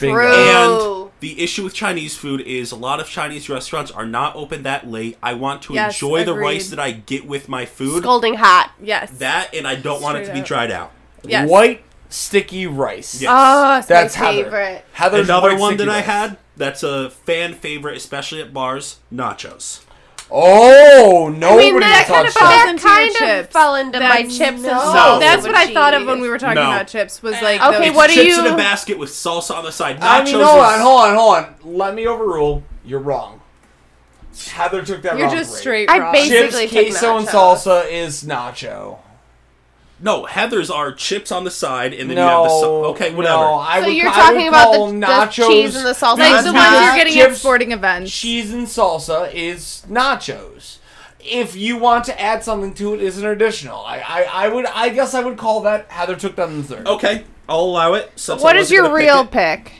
[SPEAKER 2] Bingo.
[SPEAKER 1] True.
[SPEAKER 3] And
[SPEAKER 1] Oh.
[SPEAKER 3] the issue with Chinese food is a lot of Chinese restaurants are not open that late. I want to
[SPEAKER 4] Yes,
[SPEAKER 3] enjoy the
[SPEAKER 4] agreed.
[SPEAKER 3] rice that I get with my food.
[SPEAKER 1] Scalding hot.
[SPEAKER 4] Yes.
[SPEAKER 3] That and I don't want it to
[SPEAKER 4] Straight
[SPEAKER 3] be
[SPEAKER 4] up.
[SPEAKER 3] dried out.
[SPEAKER 4] yes.
[SPEAKER 2] White sticky rice.
[SPEAKER 3] Yes.
[SPEAKER 1] Oh, it's
[SPEAKER 2] That's
[SPEAKER 1] my
[SPEAKER 2] Heather.
[SPEAKER 1] favorite.
[SPEAKER 2] Heather's
[SPEAKER 3] Another
[SPEAKER 2] white
[SPEAKER 3] one
[SPEAKER 2] sticky
[SPEAKER 3] that I
[SPEAKER 2] rice.
[SPEAKER 3] had that's a fan favorite, especially at bars, nachos.
[SPEAKER 2] Oh,
[SPEAKER 1] I
[SPEAKER 2] nobody
[SPEAKER 1] mean, that
[SPEAKER 2] touched
[SPEAKER 1] kind of,
[SPEAKER 4] falls
[SPEAKER 2] that.
[SPEAKER 1] that
[SPEAKER 4] into your
[SPEAKER 1] kind of
[SPEAKER 4] chips.
[SPEAKER 1] fell into my
[SPEAKER 4] That's-
[SPEAKER 1] chips and
[SPEAKER 4] no.
[SPEAKER 1] salsa
[SPEAKER 4] That's
[SPEAKER 1] with
[SPEAKER 4] what I thought of when
[SPEAKER 1] cheese.
[SPEAKER 4] we were talking
[SPEAKER 3] No.
[SPEAKER 4] about chips. Was like
[SPEAKER 1] Okay,
[SPEAKER 4] those-
[SPEAKER 1] what do
[SPEAKER 3] Chips
[SPEAKER 1] you?
[SPEAKER 3] in a basket with salsa on the side. Nachos
[SPEAKER 2] I mean, hold
[SPEAKER 3] is-
[SPEAKER 2] on, hold on, hold on. Let me overrule. You're wrong. Heather took that
[SPEAKER 4] You're
[SPEAKER 2] wrong.
[SPEAKER 4] just
[SPEAKER 2] rate.
[SPEAKER 4] straight.
[SPEAKER 1] I
[SPEAKER 4] wrong.
[SPEAKER 1] basi-
[SPEAKER 2] Chips,
[SPEAKER 1] Basically took
[SPEAKER 2] queso, and
[SPEAKER 1] nacho.
[SPEAKER 2] salsa is nacho.
[SPEAKER 3] No, Heather's are chips on the side, and then you have the
[SPEAKER 2] No.
[SPEAKER 3] sa- okay, whatever.
[SPEAKER 2] No, I
[SPEAKER 1] So
[SPEAKER 2] would,
[SPEAKER 1] you're
[SPEAKER 2] I
[SPEAKER 1] talking
[SPEAKER 2] would
[SPEAKER 1] about the,
[SPEAKER 2] call
[SPEAKER 1] the
[SPEAKER 2] nachos,
[SPEAKER 1] cheese and the salsa.
[SPEAKER 4] like
[SPEAKER 2] That's
[SPEAKER 4] the
[SPEAKER 1] is
[SPEAKER 4] ones
[SPEAKER 2] not-
[SPEAKER 4] you're
[SPEAKER 1] not-
[SPEAKER 4] getting at
[SPEAKER 2] Chips-
[SPEAKER 4] sporting events.
[SPEAKER 2] cheese and salsa is nachos. If you want to add something to it, is an additional. I, I, I would, I guess I would call that Heather took that in the third.
[SPEAKER 3] Okay, I'll allow it. since I
[SPEAKER 1] What is
[SPEAKER 3] wasn't
[SPEAKER 1] your
[SPEAKER 3] gonna pick
[SPEAKER 1] real
[SPEAKER 3] it.
[SPEAKER 1] pick?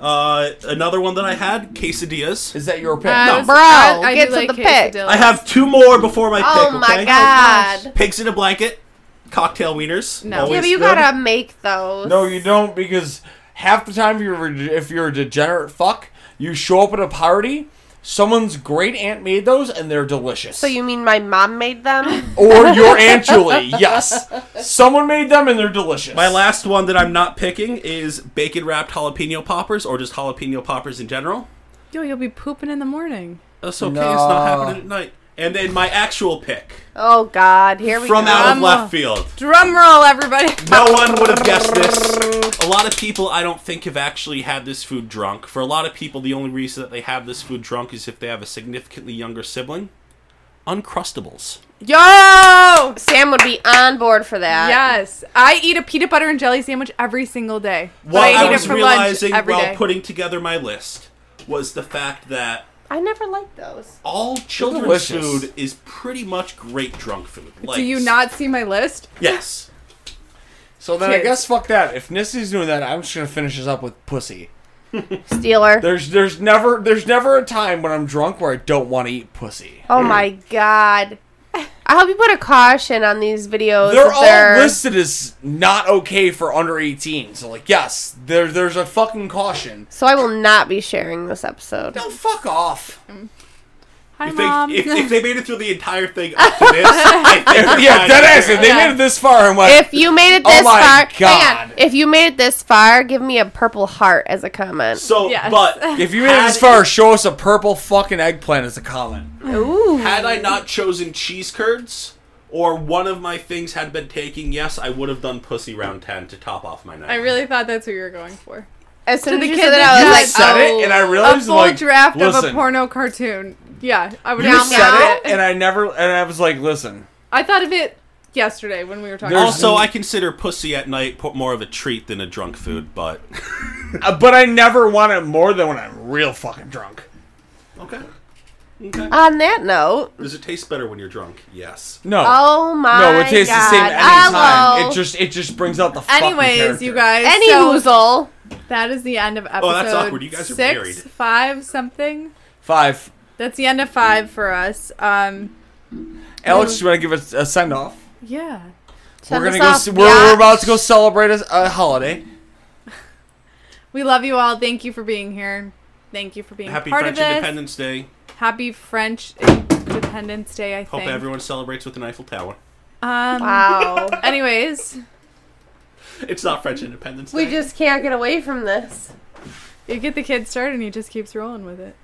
[SPEAKER 3] Uh, another one that I had quesadillas.
[SPEAKER 2] Is that your pick?
[SPEAKER 4] I was-
[SPEAKER 1] Bro,
[SPEAKER 4] I- I
[SPEAKER 1] get
[SPEAKER 4] do
[SPEAKER 1] to
[SPEAKER 4] like
[SPEAKER 1] the pick.
[SPEAKER 4] quesadillas.
[SPEAKER 3] I have two more before my
[SPEAKER 1] Oh
[SPEAKER 3] pick.
[SPEAKER 1] my
[SPEAKER 3] Okay?
[SPEAKER 1] god.
[SPEAKER 3] Pigs in a blanket, cocktail wieners.
[SPEAKER 4] No.
[SPEAKER 3] always
[SPEAKER 1] Yeah, but you
[SPEAKER 3] good.
[SPEAKER 1] gotta make those.
[SPEAKER 2] No, you don't because half the time if you're a- if you're a degenerate fuck, you show up at a party. Someone's great aunt made those, and they're delicious.
[SPEAKER 1] So you mean my mom made them?
[SPEAKER 2] or your aunt Julie, yes, someone made them, and they're delicious.
[SPEAKER 3] My last one that I'm not picking is bacon wrapped jalapeno poppers, or just jalapeno poppers in general.
[SPEAKER 4] Yo, you'll be pooping in the morning.
[SPEAKER 3] That's okay. It's not happening at night. And then my actual pick
[SPEAKER 1] oh god, here we
[SPEAKER 3] from
[SPEAKER 1] go.
[SPEAKER 3] out of
[SPEAKER 4] Um,
[SPEAKER 3] left field.
[SPEAKER 4] Drum roll, everybody.
[SPEAKER 3] No one would have guessed this. A lot of people, I don't think, have actually had this food drunk. For a lot of people, the only reason that they have this food drunk is if they have a significantly younger sibling. Uncrustables.
[SPEAKER 4] Yo.
[SPEAKER 1] Sam would be on board for that.
[SPEAKER 4] Yes, I eat a peanut butter and jelly sandwich every single day. But
[SPEAKER 3] What
[SPEAKER 4] I Oh, eat
[SPEAKER 3] I, was
[SPEAKER 4] it for
[SPEAKER 3] realizing
[SPEAKER 4] lunch every
[SPEAKER 3] while
[SPEAKER 4] day.
[SPEAKER 3] putting together my list was the fact that
[SPEAKER 1] I never liked those.
[SPEAKER 3] all children's
[SPEAKER 2] delicious.
[SPEAKER 3] food is pretty much great drunk food. Like,
[SPEAKER 4] Do you not see my list?
[SPEAKER 3] Yes.
[SPEAKER 2] so then I
[SPEAKER 4] Cheers.
[SPEAKER 2] guess fuck that. If Nissy's doing that, I'm just gonna finish this up with pussy.
[SPEAKER 1] Steeler.
[SPEAKER 2] There's there's never there's never a time when I'm drunk where I don't want to eat pussy.
[SPEAKER 1] oh my god. I hope you put a caution on these videos.
[SPEAKER 2] They're
[SPEAKER 1] if
[SPEAKER 2] all listed as not okay for under 18. So like, yes, there there's a fucking caution.
[SPEAKER 1] So I will not be sharing this episode.
[SPEAKER 2] No, fuck off.
[SPEAKER 4] Hi,
[SPEAKER 3] If
[SPEAKER 4] mom.
[SPEAKER 3] they, if, if they made it through the entire thing up to this, I think they're
[SPEAKER 2] yeah,
[SPEAKER 3] fine.
[SPEAKER 2] dead ass. If they
[SPEAKER 4] Yeah.
[SPEAKER 2] made it this far and went,
[SPEAKER 1] If you made it
[SPEAKER 2] Oh
[SPEAKER 1] this
[SPEAKER 2] my
[SPEAKER 1] far,
[SPEAKER 2] God.
[SPEAKER 1] hang on. If you made it this far, give me a purple heart as a comment.
[SPEAKER 3] So,
[SPEAKER 4] Yes.
[SPEAKER 3] but
[SPEAKER 2] if you made it
[SPEAKER 3] had
[SPEAKER 2] this far, show us a purple fucking eggplant as a comment.
[SPEAKER 1] Ooh.
[SPEAKER 3] had I not chosen cheese curds or one of my things had been taking, yes, I would have done pussy round 10 to top off my night.
[SPEAKER 4] I really thought that's what you were going for.
[SPEAKER 1] As soon
[SPEAKER 4] the
[SPEAKER 1] as you
[SPEAKER 4] kid
[SPEAKER 1] said it,
[SPEAKER 4] that
[SPEAKER 1] I
[SPEAKER 2] You
[SPEAKER 1] was
[SPEAKER 4] just
[SPEAKER 1] like,
[SPEAKER 2] said
[SPEAKER 1] oh.
[SPEAKER 2] it, and I
[SPEAKER 4] A
[SPEAKER 2] realized
[SPEAKER 4] full
[SPEAKER 2] like,
[SPEAKER 4] draft of a
[SPEAKER 2] listen,
[SPEAKER 4] porno cartoon. Yeah, I would
[SPEAKER 2] You
[SPEAKER 4] have
[SPEAKER 2] said it,
[SPEAKER 4] said it.
[SPEAKER 2] and I never, and I was like, listen,
[SPEAKER 4] I thought of it yesterday when we were talking.
[SPEAKER 2] There's-
[SPEAKER 4] about
[SPEAKER 3] also, I consider pussy at night po- more of a treat than a drunk food, but.
[SPEAKER 2] uh, but I never want it more than when I'm real fucking drunk.
[SPEAKER 3] Okay. Okay.
[SPEAKER 1] oh, On that note,
[SPEAKER 3] Does it taste better when you're drunk? Yes.
[SPEAKER 2] No,
[SPEAKER 1] oh my god.
[SPEAKER 2] no, it tastes the same anytime.
[SPEAKER 1] Hello.
[SPEAKER 2] It just, it just brings out the.
[SPEAKER 4] it.
[SPEAKER 2] fucking
[SPEAKER 4] Anyways,
[SPEAKER 2] character.
[SPEAKER 4] you guys.
[SPEAKER 1] Any
[SPEAKER 4] so
[SPEAKER 1] oozle.
[SPEAKER 4] that is the end of episode.
[SPEAKER 3] Oh, that's awkward. You guys are
[SPEAKER 4] six,
[SPEAKER 3] married.
[SPEAKER 4] five something.
[SPEAKER 2] Five.
[SPEAKER 4] That's the end of five for us. Um,
[SPEAKER 2] Alex, you want to give us a send off?
[SPEAKER 4] yeah.
[SPEAKER 1] Mm. Send
[SPEAKER 2] we're gonna
[SPEAKER 1] us
[SPEAKER 2] go.
[SPEAKER 1] off,
[SPEAKER 2] s we're, we're
[SPEAKER 1] biatch.
[SPEAKER 2] about to go celebrate a, a holiday.
[SPEAKER 4] We love you all. Thank you for being here. Thank you for being
[SPEAKER 3] Happy
[SPEAKER 4] part
[SPEAKER 3] French
[SPEAKER 4] of this.
[SPEAKER 3] Independence Day.
[SPEAKER 4] Happy French Independence Day. I
[SPEAKER 3] Hope
[SPEAKER 4] think.
[SPEAKER 3] everyone celebrates with an Eiffel Tower.
[SPEAKER 4] Um,
[SPEAKER 1] Wow.
[SPEAKER 4] Anyways,
[SPEAKER 3] It's not French Independence Day.
[SPEAKER 1] we just can't get away from this.
[SPEAKER 4] you get the kid started and he just keeps rolling with it.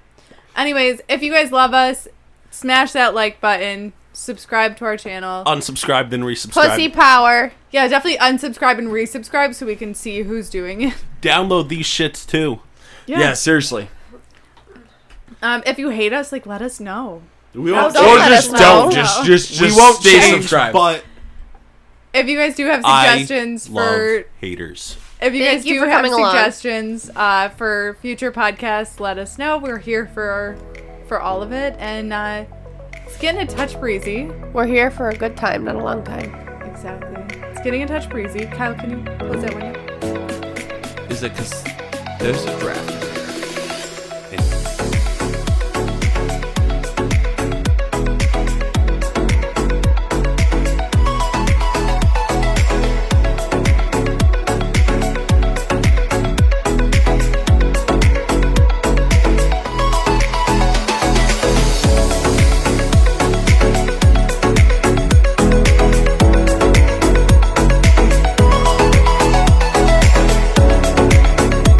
[SPEAKER 4] Anyways, if you guys love us, smash that like button, subscribe to our channel.
[SPEAKER 3] Unsubscribe, then resubscribe.
[SPEAKER 1] Pussy power.
[SPEAKER 4] yeah, definitely unsubscribe and resubscribe so we can see who's doing it.
[SPEAKER 3] Download these shits too.
[SPEAKER 4] Yeah.
[SPEAKER 7] seriously.
[SPEAKER 4] Um, if you hate us, like let us know.
[SPEAKER 3] We
[SPEAKER 4] won't-
[SPEAKER 1] Don't
[SPEAKER 7] or
[SPEAKER 1] let
[SPEAKER 7] just
[SPEAKER 1] us
[SPEAKER 7] don't.
[SPEAKER 1] know.
[SPEAKER 7] Just just just
[SPEAKER 3] we won't
[SPEAKER 7] stay
[SPEAKER 3] change,
[SPEAKER 7] subscribed.
[SPEAKER 3] but
[SPEAKER 4] If you guys do have
[SPEAKER 3] I
[SPEAKER 4] suggestions
[SPEAKER 3] love
[SPEAKER 4] for
[SPEAKER 3] haters.
[SPEAKER 4] if you
[SPEAKER 1] Thank
[SPEAKER 4] guys
[SPEAKER 1] you
[SPEAKER 4] do
[SPEAKER 1] for
[SPEAKER 4] have
[SPEAKER 1] coming along.
[SPEAKER 4] suggestions uh, for future podcasts, let us know. We're here for for all of it and uh it's getting a touch breezy.
[SPEAKER 1] We're here for a good time, not a long time.
[SPEAKER 4] Exactly. It's getting a touch breezy. Kyle, can you close that window?
[SPEAKER 7] Is it because there's a draft?